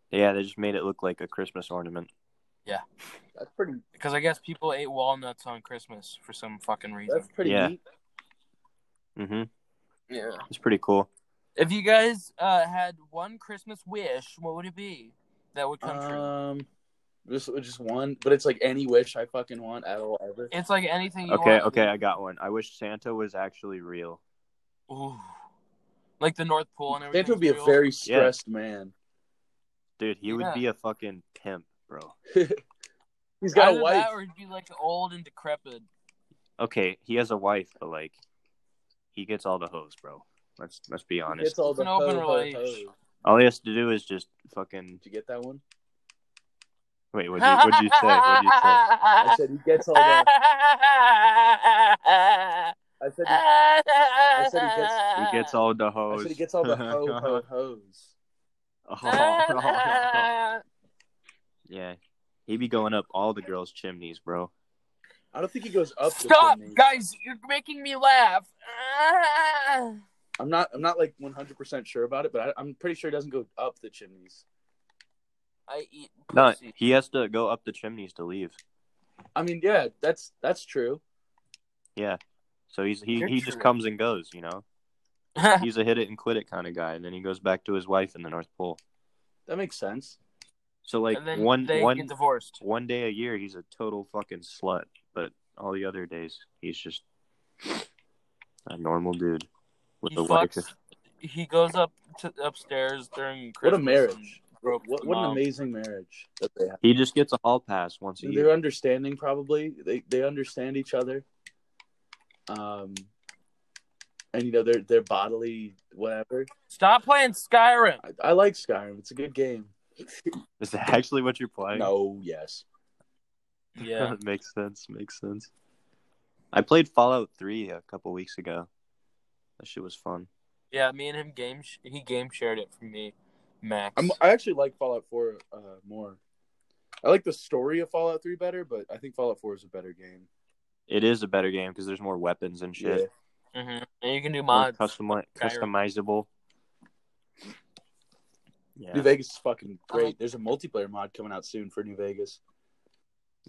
[SPEAKER 2] Yeah, they just made it look like a Christmas ornament.
[SPEAKER 3] That's pretty.
[SPEAKER 1] because I guess people ate walnuts on Christmas for some fucking reason.
[SPEAKER 3] That's pretty
[SPEAKER 2] Yeah.
[SPEAKER 3] neat.
[SPEAKER 2] hmm
[SPEAKER 1] Yeah.
[SPEAKER 2] It's pretty cool.
[SPEAKER 1] If you guys uh, had one Christmas wish, what would it be? That would come true.
[SPEAKER 3] Um, just just one, but it's like any wish I fucking want at all ever.
[SPEAKER 1] It's like anything you
[SPEAKER 2] Okay,
[SPEAKER 1] want.
[SPEAKER 2] okay, I got one. I wish Santa was actually real.
[SPEAKER 1] Ooh. Like the North Pole and everything.
[SPEAKER 3] Santa would be
[SPEAKER 1] is
[SPEAKER 3] a
[SPEAKER 1] real.
[SPEAKER 3] very stressed man.
[SPEAKER 2] Dude, he
[SPEAKER 1] Yeah.
[SPEAKER 2] would be a fucking pimp, bro.
[SPEAKER 3] He's got
[SPEAKER 1] Either
[SPEAKER 3] a wife.
[SPEAKER 1] That or it'd be like old and decrepit.
[SPEAKER 2] Okay, he has a wife, but like he gets all the hoes, bro. Let's let's be honest.
[SPEAKER 3] It's all
[SPEAKER 1] It's
[SPEAKER 3] the
[SPEAKER 1] an open
[SPEAKER 3] ho, ho,
[SPEAKER 1] relation.
[SPEAKER 3] ho. Did
[SPEAKER 2] All he has to do is just fucking
[SPEAKER 3] you get that one?
[SPEAKER 2] wait, what'd you what'd you say? What'd you say?
[SPEAKER 3] I said he gets all the. I said he,
[SPEAKER 1] I
[SPEAKER 3] said he gets-
[SPEAKER 2] He gets all the hoes.
[SPEAKER 3] I said he gets all the ho ho hoes.
[SPEAKER 2] Oh, Yeah. He be going up all the girls' chimneys, bro.
[SPEAKER 3] I don't think he goes up. the
[SPEAKER 1] Stop,
[SPEAKER 3] chimney.
[SPEAKER 1] guys! You're making me laugh.
[SPEAKER 3] I'm not. I'm not like 100 percent sure about it, but I, I'm pretty sure he doesn't go up the chimneys.
[SPEAKER 1] I eat
[SPEAKER 2] No,
[SPEAKER 1] pussy.
[SPEAKER 2] he has to go up the chimneys to leave.
[SPEAKER 3] I mean, yeah, that's that's true.
[SPEAKER 2] Yeah. So he's he,
[SPEAKER 1] You're
[SPEAKER 2] he just
[SPEAKER 1] true.
[SPEAKER 2] comes and goes, you know. He's a hit it and quit it kind of guy, and then he goes back to his wife in the North Pole.
[SPEAKER 3] That makes sense.
[SPEAKER 2] So like
[SPEAKER 1] and then
[SPEAKER 2] one
[SPEAKER 1] they
[SPEAKER 2] one
[SPEAKER 1] get divorced.
[SPEAKER 2] one day a year he's a total fucking slut, but all the other days he's just a normal dude with
[SPEAKER 1] He
[SPEAKER 2] the wife.
[SPEAKER 1] fucks. He goes up to upstairs during
[SPEAKER 3] What
[SPEAKER 1] Christmas.
[SPEAKER 3] a
[SPEAKER 1] and
[SPEAKER 3] marriage!
[SPEAKER 1] broke
[SPEAKER 3] What,
[SPEAKER 1] the
[SPEAKER 3] what an
[SPEAKER 1] mom.
[SPEAKER 3] amazing marriage that they have.
[SPEAKER 2] He just gets a hall pass once a year.
[SPEAKER 3] They're understanding, probably. They they understand each other. Um, and you know they're they're bodily whatever.
[SPEAKER 1] Stop playing Skyrim.
[SPEAKER 3] I, I like Skyrim. It's a good game.
[SPEAKER 2] Is that actually what you're playing?
[SPEAKER 3] No, yes.
[SPEAKER 1] Yeah.
[SPEAKER 2] makes sense. Makes sense. I played Fallout 3 a couple weeks ago. That shit was fun.
[SPEAKER 1] Yeah, me and him game sh- he game shared it for me, Max.
[SPEAKER 3] I'm, I actually like Fallout 4 uh, more. I like the story of Fallout 3 better, but I think Fallout 4 is a better game.
[SPEAKER 2] It is a better game because there's more weapons and shit.
[SPEAKER 3] Yeah.
[SPEAKER 1] Mhm. And you can do
[SPEAKER 2] More
[SPEAKER 1] mods.
[SPEAKER 2] custom- customizable. Yeah.
[SPEAKER 3] New Vegas is fucking
[SPEAKER 1] like-
[SPEAKER 3] great. There's a multiplayer mod coming out soon for New Vegas.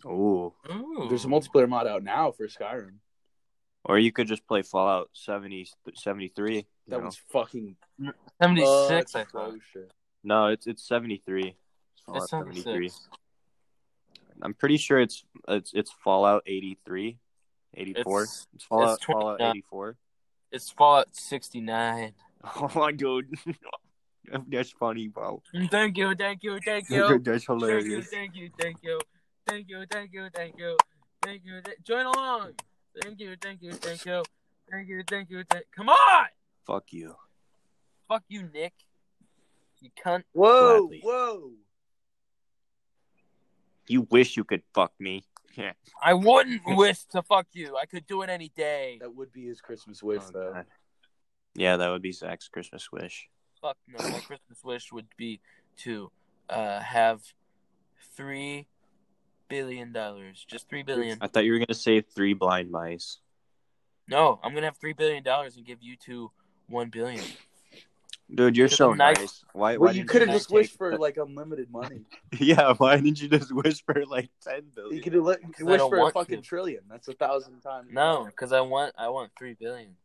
[SPEAKER 2] Ooh.
[SPEAKER 1] Ooh.
[SPEAKER 3] There's a multiplayer mod out now for Skyrim.
[SPEAKER 2] Or you could just play Fallout 70, 73. you
[SPEAKER 3] That
[SPEAKER 2] know?
[SPEAKER 3] was fucking
[SPEAKER 1] 76, I thought.
[SPEAKER 3] atrocious.
[SPEAKER 2] No, it's it's 73. It's Fallout
[SPEAKER 1] It's 76.
[SPEAKER 2] I'm pretty sure it's it's it's Fallout 83, 84. It's,
[SPEAKER 1] It's-
[SPEAKER 2] Fallout
[SPEAKER 1] it's
[SPEAKER 2] Fallout
[SPEAKER 1] 29.
[SPEAKER 2] 84.
[SPEAKER 1] It's Fallout 69.
[SPEAKER 2] Oh my god. That's funny, bro.
[SPEAKER 1] Thank you, thank you, thank you.
[SPEAKER 2] That's
[SPEAKER 1] Thank you,
[SPEAKER 2] hilarious.
[SPEAKER 1] thank you, thank you. Thank you, thank you, thank you. Thank you. th- Join along. Thank you, thank you, thank you. Thank you, thank you, thank Come on!
[SPEAKER 2] Fuck you.
[SPEAKER 1] Fuck you, Nick. You cunt.
[SPEAKER 4] Whoa,
[SPEAKER 2] Gladly.
[SPEAKER 4] whoa.
[SPEAKER 2] You wish you could fuck me.
[SPEAKER 1] I wouldn't wish to fuck you. I could do it any day.
[SPEAKER 3] That would be his Christmas wish,
[SPEAKER 2] Oh,
[SPEAKER 3] though.
[SPEAKER 2] God. Yeah, that would be Zach's Christmas wish.
[SPEAKER 1] Fuck no. My Christmas wish would be to uh, have three billion dollars. Just three billion.
[SPEAKER 2] I thought you were gonna say three blind mice.
[SPEAKER 1] No, I'm gonna have three billion dollars and give you two one billion.
[SPEAKER 2] Dude, you're
[SPEAKER 1] Just
[SPEAKER 2] so
[SPEAKER 1] a knife.
[SPEAKER 2] nice. Why? why
[SPEAKER 3] Well, you
[SPEAKER 2] didn't
[SPEAKER 3] could have
[SPEAKER 1] you
[SPEAKER 3] just
[SPEAKER 2] take
[SPEAKER 3] wished
[SPEAKER 2] the-
[SPEAKER 3] for like unlimited money.
[SPEAKER 2] Yeah, why didn't you just wish for like ten
[SPEAKER 3] You
[SPEAKER 2] billion?
[SPEAKER 3] could have you could
[SPEAKER 1] I
[SPEAKER 3] wish
[SPEAKER 1] don't
[SPEAKER 3] for a
[SPEAKER 1] want
[SPEAKER 3] fucking
[SPEAKER 1] to.
[SPEAKER 3] trillion. That's a thousand times.
[SPEAKER 1] No, because I want I want three billion.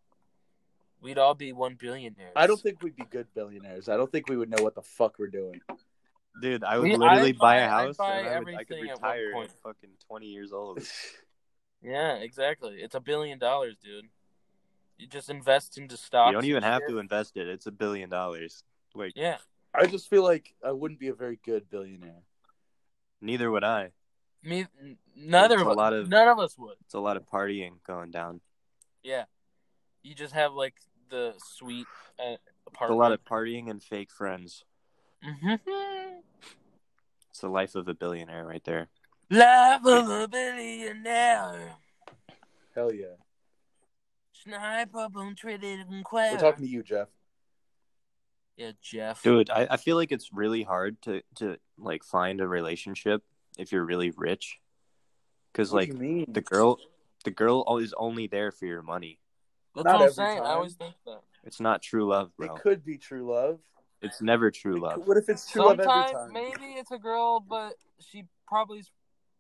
[SPEAKER 1] We'd all be one billionaires.
[SPEAKER 3] I don't think we'd be good billionaires. I don't think we would know what the fuck we're doing.
[SPEAKER 2] Dude, I would
[SPEAKER 1] We-
[SPEAKER 2] literally
[SPEAKER 1] I'd
[SPEAKER 2] buy,
[SPEAKER 1] buy-
[SPEAKER 2] a
[SPEAKER 1] I'd
[SPEAKER 2] house
[SPEAKER 1] buy
[SPEAKER 2] and I, would, I could
[SPEAKER 1] everything at one
[SPEAKER 2] retire
[SPEAKER 1] point.
[SPEAKER 2] at fucking twenty years old.
[SPEAKER 1] Yeah, exactly. It's a billion dollars, dude. You just invest into stocks.
[SPEAKER 2] You don't even
[SPEAKER 1] and
[SPEAKER 2] have
[SPEAKER 1] shit.
[SPEAKER 2] to invest it. It's a billion dollars. Like
[SPEAKER 1] Yeah.
[SPEAKER 3] I just feel like I wouldn't be a very good billionaire.
[SPEAKER 2] neither would I.
[SPEAKER 1] Me neither
[SPEAKER 2] It's
[SPEAKER 1] of
[SPEAKER 2] a
[SPEAKER 1] us
[SPEAKER 2] lot of-
[SPEAKER 1] none of us would.
[SPEAKER 2] It's a lot of partying going down.
[SPEAKER 1] Yeah. You just have like the sweet uh,
[SPEAKER 2] It's a
[SPEAKER 1] apartment.
[SPEAKER 2] lot of partying and fake friends.
[SPEAKER 1] Mhm.
[SPEAKER 2] It's the life of a billionaire right there.
[SPEAKER 1] Life of a billionaire.
[SPEAKER 3] Hell yeah.
[SPEAKER 1] Sniper boom traded and
[SPEAKER 3] We're talking to you, Jeff.
[SPEAKER 1] Yeah, Jeff.
[SPEAKER 2] Dude, I, I feel like it's really hard to, to like find a relationship if you're really rich. Cause
[SPEAKER 3] What do
[SPEAKER 2] like
[SPEAKER 3] you mean?
[SPEAKER 2] the girl the girl al- is only there for your money.
[SPEAKER 1] That's
[SPEAKER 3] Not
[SPEAKER 1] what I'm
[SPEAKER 3] every
[SPEAKER 1] saying. I
[SPEAKER 3] time.
[SPEAKER 1] always think that.
[SPEAKER 2] It's not true love,
[SPEAKER 3] It
[SPEAKER 2] bro.
[SPEAKER 3] could be true love.
[SPEAKER 2] It's never true
[SPEAKER 3] It could-
[SPEAKER 2] love.
[SPEAKER 3] What if it's true love
[SPEAKER 1] Sometimes
[SPEAKER 3] every time?
[SPEAKER 1] maybe it's a girl, but she probably's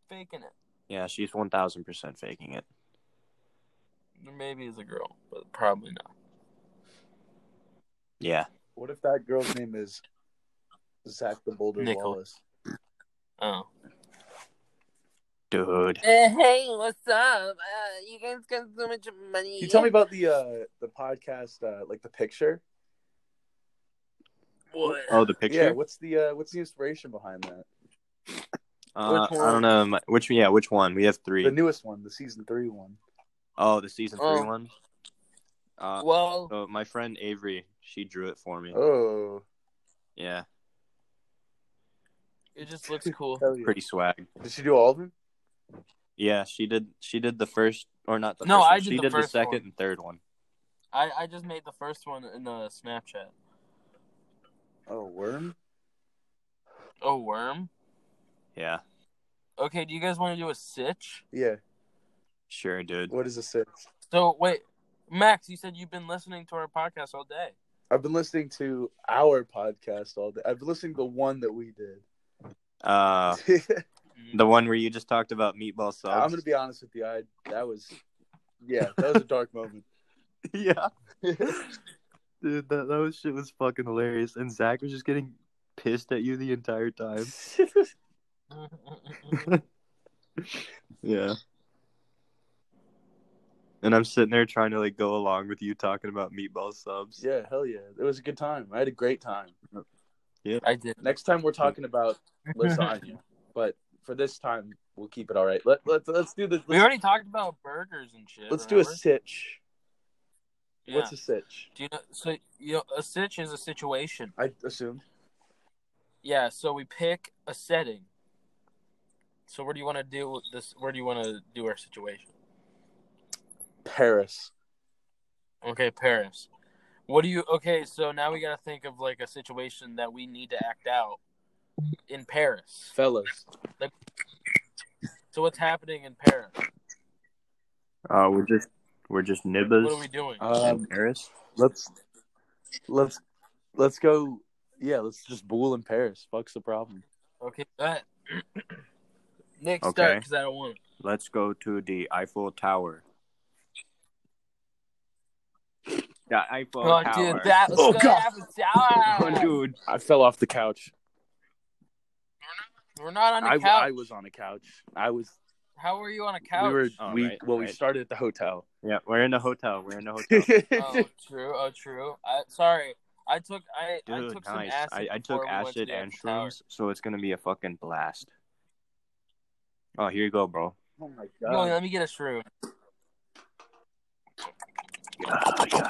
[SPEAKER 1] faking it.
[SPEAKER 2] Yeah, she's one thousand percent faking it.
[SPEAKER 1] Maybe it's a girl, but probably not.
[SPEAKER 2] Yeah.
[SPEAKER 3] What if that girl's name is Zach the Boulder
[SPEAKER 1] Nickel.
[SPEAKER 3] Wallace?
[SPEAKER 1] Oh.
[SPEAKER 2] Dude.
[SPEAKER 1] Eh, hey, what's up? Uh, you guys got so much money.
[SPEAKER 3] Can you tell me about the uh the podcast, uh, like the picture?
[SPEAKER 1] what?
[SPEAKER 2] Oh, the picture?
[SPEAKER 3] Yeah, what's the uh what's the inspiration behind that?
[SPEAKER 2] Uh,
[SPEAKER 1] Which
[SPEAKER 2] I don't know my- which. Yeah, which one? We have three.
[SPEAKER 3] The newest one, the season three one.
[SPEAKER 2] oh, the season three
[SPEAKER 1] Oh.
[SPEAKER 2] one. Uh,
[SPEAKER 1] Well,
[SPEAKER 2] so my friend Avery, she drew it for me.
[SPEAKER 3] Oh,
[SPEAKER 2] Yeah,
[SPEAKER 1] it just looks cool.
[SPEAKER 3] hell yeah.
[SPEAKER 2] pretty swag.
[SPEAKER 3] Did she do all of them?
[SPEAKER 2] Yeah, she did. She did the first, or not the
[SPEAKER 1] No,
[SPEAKER 2] first one.
[SPEAKER 1] I did
[SPEAKER 2] she
[SPEAKER 1] the
[SPEAKER 2] did the
[SPEAKER 1] first
[SPEAKER 2] second
[SPEAKER 1] one.
[SPEAKER 2] and third one.
[SPEAKER 1] I, I just made the first one in the Snapchat.
[SPEAKER 3] Oh, worm.
[SPEAKER 1] Oh, worm.
[SPEAKER 2] Yeah,
[SPEAKER 1] Okay, do you guys want to do a sitch?
[SPEAKER 3] Yeah.
[SPEAKER 2] sure, dude.
[SPEAKER 3] What is a six?
[SPEAKER 1] So wait, Max, you said you've been listening to our podcast all day.
[SPEAKER 3] I've been listening to our podcast all day. I've been listening to the one that we did.
[SPEAKER 2] Uh, the one where you just talked about meatball subs.
[SPEAKER 3] I'm gonna be honest with you. I that was, yeah, that was a dark moment.
[SPEAKER 2] yeah, dude, that that was, shit was fucking hilarious. And Zach was just getting pissed at you the entire time. Yeah. And I'm sitting there trying to like go along with you talking about meatball subs.
[SPEAKER 3] yeah, hell yeah. It was a good time. I had a great time.
[SPEAKER 1] I did.
[SPEAKER 3] Next time we're talking about lasagna, but for this time we'll keep it all right. Let let let's do this.
[SPEAKER 1] We already talked about burgers and shit.
[SPEAKER 3] Let's do a
[SPEAKER 1] remember?
[SPEAKER 3] sitch.
[SPEAKER 1] Yeah.
[SPEAKER 3] What's a sitch?
[SPEAKER 1] Do you know? So you know, a sitch is a situation.
[SPEAKER 3] I assumed.
[SPEAKER 1] Yeah. So we pick a setting. So where do you want to do this? Where do you want to do our situation?
[SPEAKER 3] Paris.
[SPEAKER 1] Okay, Paris. What do you? Okay, so now we got to think of like a situation that we need to act out in Paris.
[SPEAKER 3] Fellas.
[SPEAKER 1] So what's happening in Paris?
[SPEAKER 2] Uh, we're just we're just
[SPEAKER 1] What are we
[SPEAKER 2] nibbas
[SPEAKER 1] doing?
[SPEAKER 2] in
[SPEAKER 3] Um,
[SPEAKER 2] Paris.
[SPEAKER 3] let's let's let's go yeah, let's just bool in Paris. Fuck's the problem.
[SPEAKER 1] Okay, that. Nick,
[SPEAKER 2] Okay.
[SPEAKER 1] start because I don't want to.
[SPEAKER 2] Let's go to the Eiffel Tower. The Eiffel
[SPEAKER 1] Oh,
[SPEAKER 2] Tower.
[SPEAKER 1] dude, that was
[SPEAKER 3] Oh,
[SPEAKER 1] good.
[SPEAKER 3] God.
[SPEAKER 1] That was-
[SPEAKER 2] oh, dude.
[SPEAKER 3] I fell off the couch.
[SPEAKER 1] We're not on the
[SPEAKER 3] I,
[SPEAKER 1] couch.
[SPEAKER 3] I was on a couch. I was
[SPEAKER 1] How are you on a couch?
[SPEAKER 3] we were
[SPEAKER 2] Oh,
[SPEAKER 3] we
[SPEAKER 2] right,
[SPEAKER 3] well we
[SPEAKER 2] right.
[SPEAKER 3] started at the hotel.
[SPEAKER 2] Yeah, we're in the hotel. We're in the hotel.
[SPEAKER 1] oh, true. Oh, true. I, sorry, I took I, I
[SPEAKER 2] Dude,
[SPEAKER 1] took some
[SPEAKER 2] nice.
[SPEAKER 1] acid.
[SPEAKER 2] I, I
[SPEAKER 1] before
[SPEAKER 2] took
[SPEAKER 1] we went to
[SPEAKER 2] acid
[SPEAKER 1] the
[SPEAKER 2] and
[SPEAKER 1] Eiffel Tower.
[SPEAKER 2] shrooms, so it's gonna be a fucking blast. Oh, here you go, bro.
[SPEAKER 3] oh my
[SPEAKER 1] Come on, let me get a shroom.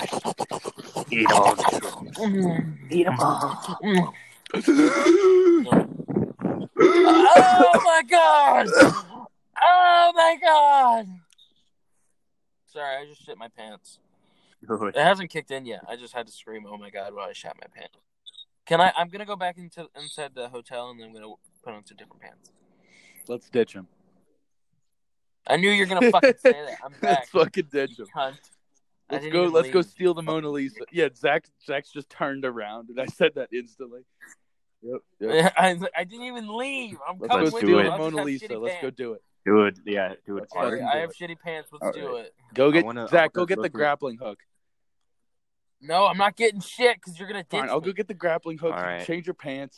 [SPEAKER 2] Eat all the shrooms. Eat them all.
[SPEAKER 1] oh my god! Oh my god! Sorry, I just shit my pants. It hasn't kicked in yet. I just had to scream, "Oh my god!" while I shot my pants. Can I? I'm gonna go back into inside the hotel, and then I'm gonna put on some different pants.
[SPEAKER 3] Let's ditch him.
[SPEAKER 1] I knew you were gonna fucking say that. I'm back.
[SPEAKER 3] Let's fucking ditch him.
[SPEAKER 1] Cunt. I
[SPEAKER 3] Let's
[SPEAKER 1] didn't
[SPEAKER 3] go.
[SPEAKER 1] even
[SPEAKER 3] Let's go
[SPEAKER 1] leave.
[SPEAKER 3] steal the Mona Lisa. Yeah, Zach. Zach's just turned around, and I said that instantly. Yep. yep.
[SPEAKER 1] I, I didn't even leave. I'm coming
[SPEAKER 3] Let's go
[SPEAKER 2] Let's
[SPEAKER 1] with
[SPEAKER 3] steal
[SPEAKER 1] you.
[SPEAKER 2] do
[SPEAKER 3] the
[SPEAKER 2] I
[SPEAKER 1] I'll just
[SPEAKER 3] Mona
[SPEAKER 1] have
[SPEAKER 3] Lisa.
[SPEAKER 1] shitty
[SPEAKER 3] Let's go
[SPEAKER 1] pants.
[SPEAKER 3] do it.
[SPEAKER 2] Dude, yeah, dude.
[SPEAKER 3] Let's
[SPEAKER 2] art.
[SPEAKER 1] Okay,
[SPEAKER 3] do
[SPEAKER 1] I have
[SPEAKER 3] it.
[SPEAKER 1] shitty pants. Let's
[SPEAKER 3] All
[SPEAKER 1] do it.
[SPEAKER 3] Go get
[SPEAKER 2] wanna- I
[SPEAKER 3] Zach. Go
[SPEAKER 2] wanna
[SPEAKER 3] get the
[SPEAKER 2] look at-
[SPEAKER 3] grappling hook.
[SPEAKER 1] No, I'm not getting shit because you're gonna ditch
[SPEAKER 3] Fine. I'll
[SPEAKER 1] me.
[SPEAKER 3] go get the grappling hook.
[SPEAKER 2] All
[SPEAKER 3] you
[SPEAKER 2] right.
[SPEAKER 3] Change your pants.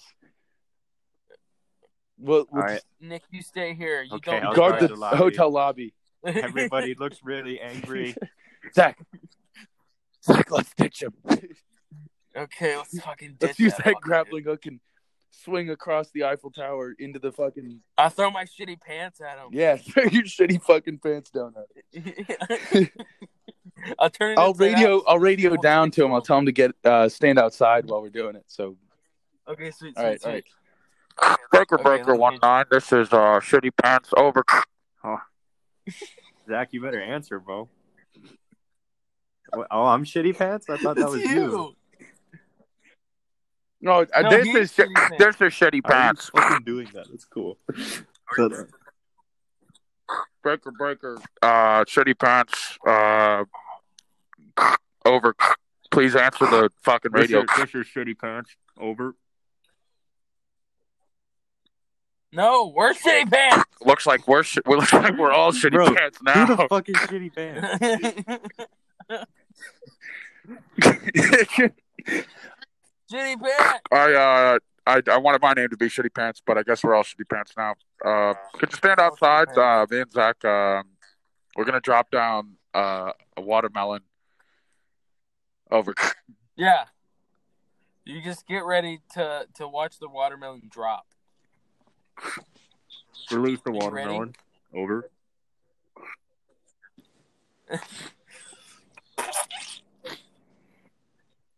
[SPEAKER 3] We'll, we'll
[SPEAKER 2] All
[SPEAKER 3] just
[SPEAKER 1] Nick, you stay here. You
[SPEAKER 2] Okay,
[SPEAKER 1] don't
[SPEAKER 2] I'll go
[SPEAKER 3] guard the
[SPEAKER 2] to the lobby.
[SPEAKER 3] hotel lobby.
[SPEAKER 2] Everybody looks really angry.
[SPEAKER 3] Zach. Zach, let's ditch him.
[SPEAKER 1] okay, let's fucking ditch
[SPEAKER 3] let's use
[SPEAKER 1] that
[SPEAKER 3] that
[SPEAKER 1] fucking dude.
[SPEAKER 3] grappling hook and swing across the Eiffel Tower into the fucking
[SPEAKER 1] I throw my shitty pants at him.
[SPEAKER 3] yeah. Throw your shitty fucking pants down. there.
[SPEAKER 1] I'll turn. It
[SPEAKER 3] I'll
[SPEAKER 1] inside
[SPEAKER 3] radio.
[SPEAKER 1] out.
[SPEAKER 3] I'll radio
[SPEAKER 1] We'll
[SPEAKER 3] down
[SPEAKER 1] fix
[SPEAKER 3] to him. I'll
[SPEAKER 1] it.
[SPEAKER 3] tell him to get uh, stand outside while we're doing it. So
[SPEAKER 1] Okay, sweet. sweet,
[SPEAKER 3] all right,
[SPEAKER 1] sweet.
[SPEAKER 3] all right.
[SPEAKER 5] Baker
[SPEAKER 1] Okay,
[SPEAKER 5] Baker
[SPEAKER 1] let's
[SPEAKER 5] one
[SPEAKER 1] change-
[SPEAKER 5] nine. This is uh Shitty Pants over.
[SPEAKER 2] Zach, you better answer, bro. What- Oh, I'm shitty pants. I thought that was
[SPEAKER 1] It's
[SPEAKER 2] you.
[SPEAKER 1] you.
[SPEAKER 5] No, uh,
[SPEAKER 1] No,
[SPEAKER 5] this
[SPEAKER 1] he
[SPEAKER 5] is
[SPEAKER 1] is Shitty
[SPEAKER 5] shi- this is Shitty
[SPEAKER 2] Why are you
[SPEAKER 5] Pants.
[SPEAKER 2] fucking doing that? That's cool. So-
[SPEAKER 5] Breaker Breaker. Uh, Shitty Pants. Uh, over. Please answer the fucking radio.
[SPEAKER 2] This is shitty pants. Over.
[SPEAKER 1] No, we're shitty pants.
[SPEAKER 5] Looks like we're sh- we looks like we're all Shitty
[SPEAKER 2] Bro,
[SPEAKER 5] Pants
[SPEAKER 2] Who
[SPEAKER 5] now.
[SPEAKER 2] the fuck is shitty pants?
[SPEAKER 1] shitty pants.
[SPEAKER 5] I uh. I, I wanted my name to be Shitty Pants, but I guess we're all Shitty Pants now. Uh, could you stand outside? Uh, me and Zach, um, we're gonna drop down uh, a watermelon. Over.
[SPEAKER 1] Yeah. You just get ready to to watch the watermelon drop.
[SPEAKER 2] Release the
[SPEAKER 1] You ready?
[SPEAKER 2] watermelon. Over.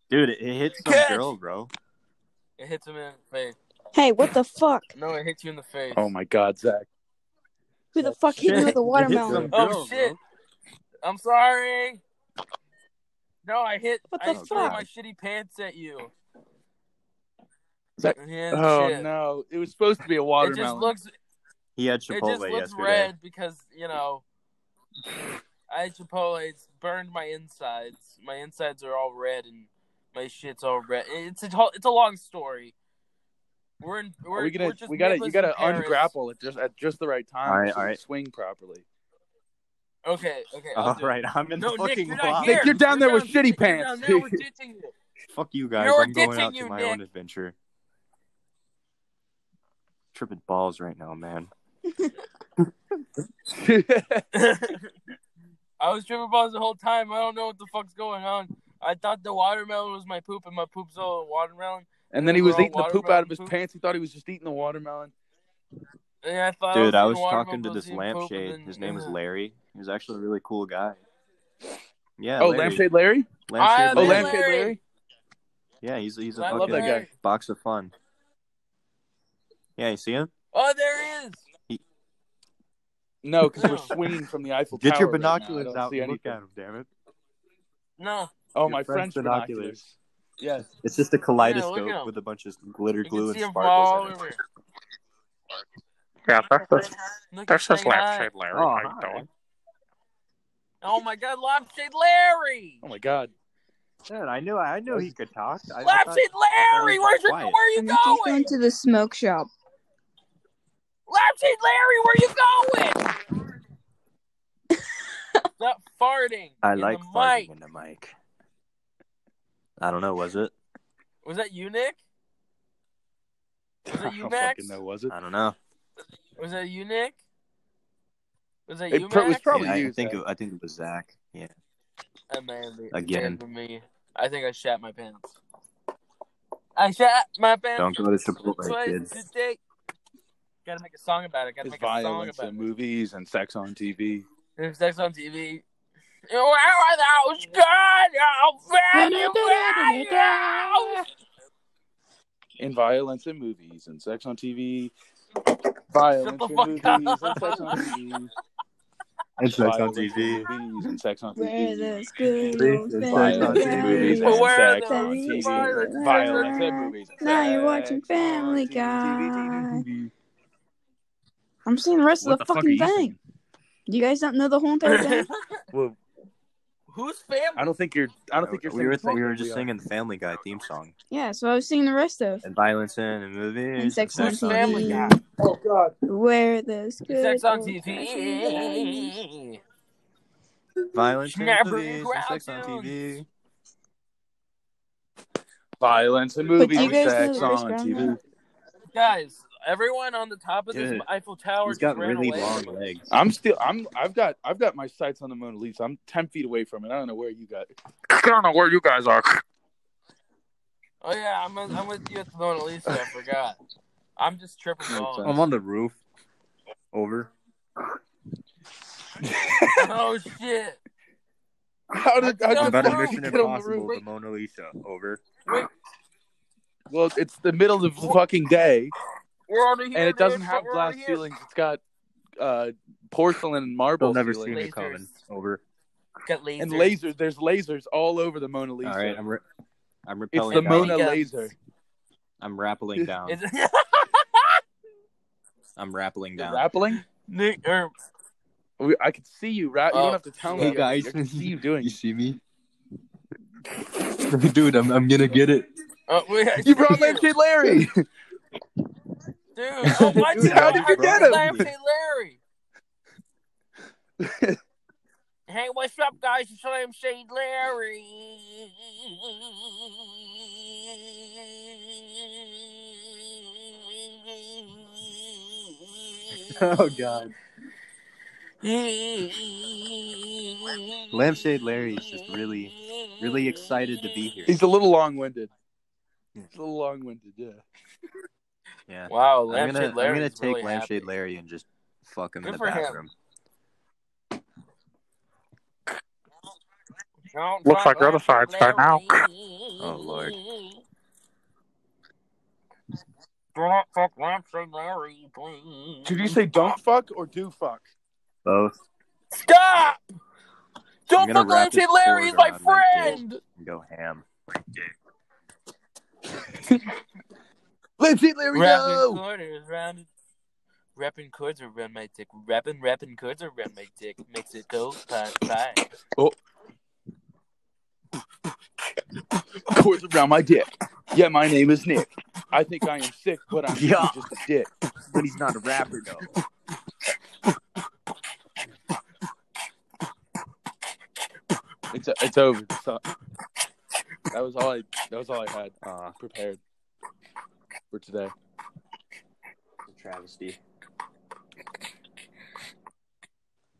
[SPEAKER 2] Dude, it hit some
[SPEAKER 1] Catch!
[SPEAKER 2] girl, bro.
[SPEAKER 1] It hits him in the face.
[SPEAKER 6] Hey, what the fuck?
[SPEAKER 1] No, it hits you in the face.
[SPEAKER 3] Oh my God, Zach.
[SPEAKER 6] Who the fuck hit me with a watermelon?
[SPEAKER 2] some
[SPEAKER 1] Oh
[SPEAKER 2] girl,
[SPEAKER 1] shit! I'm sorry. No, I hit.
[SPEAKER 6] What
[SPEAKER 1] I
[SPEAKER 6] the
[SPEAKER 1] threw
[SPEAKER 6] fuck?
[SPEAKER 1] my shitty pants at you.
[SPEAKER 3] That-
[SPEAKER 1] Yeah,
[SPEAKER 3] Oh
[SPEAKER 1] shit.
[SPEAKER 3] no, it was supposed to be
[SPEAKER 1] It
[SPEAKER 3] a
[SPEAKER 1] just
[SPEAKER 3] watermelon.
[SPEAKER 1] looks.
[SPEAKER 2] He had
[SPEAKER 1] it just
[SPEAKER 2] Chipotle
[SPEAKER 1] looks
[SPEAKER 2] yesterday.
[SPEAKER 1] red because you know. I had Chipotle's burned my insides. My insides are all red and my shit's all red. It's a whole, it's a long story. We're in. We're,
[SPEAKER 3] Are
[SPEAKER 1] we're
[SPEAKER 3] we gonna?
[SPEAKER 1] just
[SPEAKER 3] We gotta.
[SPEAKER 1] nippers
[SPEAKER 3] You
[SPEAKER 1] in
[SPEAKER 3] gotta
[SPEAKER 1] Paris.
[SPEAKER 3] ungrapple it just at just the right time.
[SPEAKER 2] All right,
[SPEAKER 3] so
[SPEAKER 2] all
[SPEAKER 3] it
[SPEAKER 2] right.
[SPEAKER 3] Swing properly.
[SPEAKER 1] Okay. Okay. I'll
[SPEAKER 2] All
[SPEAKER 1] do it.
[SPEAKER 2] right, I'm in
[SPEAKER 1] No,
[SPEAKER 2] the
[SPEAKER 1] Nick,
[SPEAKER 2] fucking
[SPEAKER 1] you're
[SPEAKER 2] lot.
[SPEAKER 1] not here.
[SPEAKER 3] Nick, you're down there with shitty
[SPEAKER 1] you're
[SPEAKER 3] pants.
[SPEAKER 1] Down there. We're ditching you.
[SPEAKER 2] Fuck you guys.
[SPEAKER 1] You're
[SPEAKER 2] I'm going
[SPEAKER 1] ditching
[SPEAKER 2] out to
[SPEAKER 1] you,
[SPEAKER 2] my
[SPEAKER 1] Nick.
[SPEAKER 2] own adventure. Tripping balls right now, man.
[SPEAKER 1] I was tripping balls the whole time. I don't know what the fuck's going on. I thought the watermelon was my poop, and my poop's all watermelon.
[SPEAKER 3] and then he was
[SPEAKER 1] Overall
[SPEAKER 3] eating the poop out of his
[SPEAKER 1] watermelon poop.
[SPEAKER 3] pants. He thought he was just eating the watermelon.
[SPEAKER 1] And I thought
[SPEAKER 2] Dude, I
[SPEAKER 1] I
[SPEAKER 2] was
[SPEAKER 1] eating watermelon,
[SPEAKER 2] talking to
[SPEAKER 1] but I
[SPEAKER 2] this
[SPEAKER 1] eating poop, and
[SPEAKER 2] lampshade.
[SPEAKER 1] then-
[SPEAKER 2] His name is
[SPEAKER 1] yeah.
[SPEAKER 2] Larry. He was actually a really cool guy. Yeah.
[SPEAKER 3] oh,
[SPEAKER 2] Larry.
[SPEAKER 3] Lampshade Larry.
[SPEAKER 1] I
[SPEAKER 2] Lampshade
[SPEAKER 3] Oh,
[SPEAKER 2] Larry.
[SPEAKER 1] love Lamp-
[SPEAKER 3] Lampshade Larry.
[SPEAKER 1] Larry.
[SPEAKER 2] Yeah, he's he's a
[SPEAKER 1] I love
[SPEAKER 2] fucking
[SPEAKER 1] that guy.
[SPEAKER 2] box of fun. Yeah, you see him?
[SPEAKER 1] Oh, there he is.
[SPEAKER 3] No, because
[SPEAKER 1] No.
[SPEAKER 3] we're swinging from the Eiffel
[SPEAKER 2] Get
[SPEAKER 3] Tower.
[SPEAKER 2] your
[SPEAKER 3] right now. I
[SPEAKER 2] binoculars
[SPEAKER 3] don't
[SPEAKER 2] out
[SPEAKER 3] see
[SPEAKER 2] and look
[SPEAKER 3] anything.
[SPEAKER 2] at him, damn it.
[SPEAKER 1] No.
[SPEAKER 3] Oh,
[SPEAKER 2] Your
[SPEAKER 3] my
[SPEAKER 2] French
[SPEAKER 3] French binoculars.
[SPEAKER 2] binoculars.
[SPEAKER 3] Yes.
[SPEAKER 2] It's just a kaleidoscope
[SPEAKER 1] him.
[SPEAKER 2] with a bunch of glitter
[SPEAKER 1] You can
[SPEAKER 2] glue and
[SPEAKER 1] see him from all
[SPEAKER 2] sparkles in it.
[SPEAKER 1] over.
[SPEAKER 5] Yeah, that's that's,
[SPEAKER 1] Look
[SPEAKER 5] that's
[SPEAKER 1] at
[SPEAKER 5] just
[SPEAKER 1] that guy.
[SPEAKER 5] Lampshade Larry.
[SPEAKER 2] Oh,
[SPEAKER 5] How you
[SPEAKER 2] hi.
[SPEAKER 5] doing?
[SPEAKER 1] Oh my god, Lampshade Larry!
[SPEAKER 3] Oh my God.
[SPEAKER 2] Man, I knew I knew he could talk. I, I thought-
[SPEAKER 1] Lampshade Larry! Where's your, where
[SPEAKER 2] quiet.
[SPEAKER 1] are you
[SPEAKER 6] I'm just
[SPEAKER 1] going?
[SPEAKER 6] going to the smoke shop.
[SPEAKER 1] Lampshade Larry, where you going? Stop farting.
[SPEAKER 2] I
[SPEAKER 1] in
[SPEAKER 2] like
[SPEAKER 1] the
[SPEAKER 2] farting
[SPEAKER 1] mic.
[SPEAKER 2] in the mic. I don't know, was it?
[SPEAKER 1] Was that you, Nick?
[SPEAKER 3] I
[SPEAKER 1] it you,
[SPEAKER 3] don't
[SPEAKER 1] Max?
[SPEAKER 3] fucking know. Was it?
[SPEAKER 2] I don't know.
[SPEAKER 1] Was that you, Nick? Was that
[SPEAKER 3] It
[SPEAKER 1] you,
[SPEAKER 3] pro- it was
[SPEAKER 1] Max?
[SPEAKER 3] Probably
[SPEAKER 2] Yeah, I
[SPEAKER 3] you,
[SPEAKER 2] think
[SPEAKER 3] Zach.
[SPEAKER 2] it, I think it was Zach. Yeah.
[SPEAKER 1] That may have been-
[SPEAKER 2] Again.
[SPEAKER 1] may have been me. I think I shat my pants. I shat my pants.
[SPEAKER 2] Don't go to Chipotle,
[SPEAKER 1] twice
[SPEAKER 2] kids.
[SPEAKER 1] today. Gotta make a song about it. Gotta
[SPEAKER 3] It's
[SPEAKER 1] make a song
[SPEAKER 3] violence
[SPEAKER 1] about
[SPEAKER 3] in
[SPEAKER 1] it.
[SPEAKER 3] movies and sex on TV.
[SPEAKER 1] There's sex on TV. Where are those guys? Oh, Freddy, where are you?
[SPEAKER 3] In violence in movies and sex on TV. Violence
[SPEAKER 1] the
[SPEAKER 3] in
[SPEAKER 1] fuck
[SPEAKER 3] movies
[SPEAKER 1] up.
[SPEAKER 3] and sex on TV.
[SPEAKER 2] It's
[SPEAKER 3] Violence in Movies and sex on
[SPEAKER 6] Where
[SPEAKER 3] TV.
[SPEAKER 6] the good
[SPEAKER 2] Please,
[SPEAKER 6] old
[SPEAKER 2] it's
[SPEAKER 3] Violence
[SPEAKER 6] family
[SPEAKER 2] Family
[SPEAKER 1] Guy.
[SPEAKER 3] in movies and
[SPEAKER 1] Where
[SPEAKER 6] guy.
[SPEAKER 1] are
[SPEAKER 3] sex
[SPEAKER 1] the
[SPEAKER 3] on TV.
[SPEAKER 1] violence in
[SPEAKER 3] Violence in
[SPEAKER 6] movies?
[SPEAKER 3] movies. and
[SPEAKER 6] Now you're
[SPEAKER 3] sex
[SPEAKER 6] watching Family
[SPEAKER 3] on TV.
[SPEAKER 6] I'm seeing the rest
[SPEAKER 3] What
[SPEAKER 6] of the, fucking thing. You guys don't know the whole entire thing?
[SPEAKER 3] Well,
[SPEAKER 1] Who's family?
[SPEAKER 3] I don't think you're. I don't think you're.
[SPEAKER 2] we were
[SPEAKER 3] singing
[SPEAKER 2] we were
[SPEAKER 3] properly.
[SPEAKER 2] just singing the Family Guy theme song
[SPEAKER 6] yeah, so I was seeing the rest of
[SPEAKER 2] and violence in and movies
[SPEAKER 6] and sex,
[SPEAKER 1] Sex
[SPEAKER 6] on
[SPEAKER 1] on
[SPEAKER 6] TV.
[SPEAKER 1] Family Guy.
[SPEAKER 3] Oh God.
[SPEAKER 6] Where the good
[SPEAKER 1] Sex on
[SPEAKER 6] old-fashioned guys.
[SPEAKER 1] TV.
[SPEAKER 2] Violence in
[SPEAKER 1] Snapper
[SPEAKER 2] movies and sex on
[SPEAKER 1] Grounds.
[SPEAKER 2] TV.
[SPEAKER 3] Violence in
[SPEAKER 6] But do
[SPEAKER 3] movies
[SPEAKER 6] you
[SPEAKER 3] and
[SPEAKER 6] guys know
[SPEAKER 3] sex
[SPEAKER 6] the Chris
[SPEAKER 3] on
[SPEAKER 6] Brown?
[SPEAKER 3] TV.
[SPEAKER 6] one?
[SPEAKER 1] Guys, everyone on the top of this
[SPEAKER 2] Dude,
[SPEAKER 1] Eiffel Tower
[SPEAKER 2] He's
[SPEAKER 1] just
[SPEAKER 2] got
[SPEAKER 1] ran
[SPEAKER 2] really
[SPEAKER 1] away.
[SPEAKER 2] long legs.
[SPEAKER 3] I'm still. I'm. I've got. I've got my sights on the Mona Lisa. I'm ten feet away from it. I don't know where you got.
[SPEAKER 5] I don't know where you guys are.
[SPEAKER 1] Oh yeah, I'm I'm with you at the Mona Lisa. I forgot. I'm just tripping balls.
[SPEAKER 2] I'm on the roof. Over.
[SPEAKER 1] oh shit!
[SPEAKER 3] How did? How
[SPEAKER 2] I'm
[SPEAKER 1] I'm
[SPEAKER 3] did
[SPEAKER 2] about to
[SPEAKER 1] on the
[SPEAKER 2] Mission
[SPEAKER 3] get on the
[SPEAKER 2] Impossible,
[SPEAKER 3] roof?
[SPEAKER 2] the Mona Lisa. Over.
[SPEAKER 3] Well, it's the middle of the fucking day,
[SPEAKER 1] We're over here,
[SPEAKER 3] and it doesn't
[SPEAKER 1] dude.
[SPEAKER 3] have
[SPEAKER 1] We're
[SPEAKER 3] glass
[SPEAKER 1] over here.
[SPEAKER 3] ceilings. It's got uh, porcelain and marble
[SPEAKER 2] They'll never see
[SPEAKER 3] ceilings.
[SPEAKER 2] me
[SPEAKER 1] Lasers.
[SPEAKER 2] coming. Over.
[SPEAKER 1] Got lasers.
[SPEAKER 3] and lasers. There's lasers all over the Mona Lisa.
[SPEAKER 2] All right, I'm re- I'm
[SPEAKER 3] it's
[SPEAKER 2] repelling
[SPEAKER 3] the
[SPEAKER 2] down.
[SPEAKER 3] Mona
[SPEAKER 1] Yeah.
[SPEAKER 3] Laser.
[SPEAKER 2] I'm rappelling down.
[SPEAKER 1] Is-
[SPEAKER 2] I'm rappelling
[SPEAKER 3] The
[SPEAKER 2] down.
[SPEAKER 3] rappling.
[SPEAKER 1] Nick or
[SPEAKER 3] We, I could see you. Ra- you
[SPEAKER 1] Oh.
[SPEAKER 3] don't have to tell me.
[SPEAKER 2] Hey, guys.
[SPEAKER 3] I can see you doing.
[SPEAKER 2] You see me? Dude, I'm, I'm gonna get it.
[SPEAKER 1] oh, wait, I
[SPEAKER 3] You brought
[SPEAKER 1] see
[SPEAKER 3] Lampshade Larry.
[SPEAKER 1] dude. Oh, why
[SPEAKER 3] Dude, how did you get him?
[SPEAKER 1] Lampshade Larry. Hey, what's up, guys? It's Lampshade Larry.
[SPEAKER 2] Oh god. Lampshade Larry is just really, really excited to be here.
[SPEAKER 3] He's a little long-winded.
[SPEAKER 2] Yeah.
[SPEAKER 3] He's a little long-winded. Yeah.
[SPEAKER 2] Yeah.
[SPEAKER 1] Wow,
[SPEAKER 2] I'm
[SPEAKER 1] Lampshade
[SPEAKER 2] gonna, I'm
[SPEAKER 1] Larry.
[SPEAKER 2] gonna
[SPEAKER 1] is
[SPEAKER 2] take
[SPEAKER 1] really
[SPEAKER 2] Lampshade
[SPEAKER 1] happy.
[SPEAKER 2] Larry and just fuck him
[SPEAKER 1] Good
[SPEAKER 2] in the
[SPEAKER 1] for him.
[SPEAKER 2] bathroom.
[SPEAKER 1] Don't
[SPEAKER 5] Looks
[SPEAKER 1] fuck
[SPEAKER 5] like the other
[SPEAKER 1] Lampshade
[SPEAKER 5] side's by now.
[SPEAKER 1] Larry.
[SPEAKER 2] Oh, Lord.
[SPEAKER 1] Don't fuck Lampshade Larry, please.
[SPEAKER 3] Did you say don't fuck or do fuck?
[SPEAKER 2] Both.
[SPEAKER 1] Stop!
[SPEAKER 2] I'm
[SPEAKER 1] Don't
[SPEAKER 2] gonna
[SPEAKER 1] fuck
[SPEAKER 2] wrap
[SPEAKER 1] Lampshade
[SPEAKER 2] his
[SPEAKER 1] Larry. He's
[SPEAKER 2] cord around
[SPEAKER 1] my
[SPEAKER 2] my dick.
[SPEAKER 1] friend.
[SPEAKER 2] And go ham.
[SPEAKER 3] Let's eat Larry
[SPEAKER 1] Rapping
[SPEAKER 3] go.
[SPEAKER 1] quarters around Rapping chords around my dick. Rapping, rapping chords around my dick. Makes it go pie, pie.
[SPEAKER 3] Cords around my dick. Yeah, my name is Nick. I think I am sick, but I'm
[SPEAKER 2] Yeah.
[SPEAKER 3] just a dick.
[SPEAKER 2] But he's not a rapper though.
[SPEAKER 3] It's it's over. So- that was all I. That was all I had
[SPEAKER 2] Aw,
[SPEAKER 3] prepared for today.
[SPEAKER 2] it's a travesty.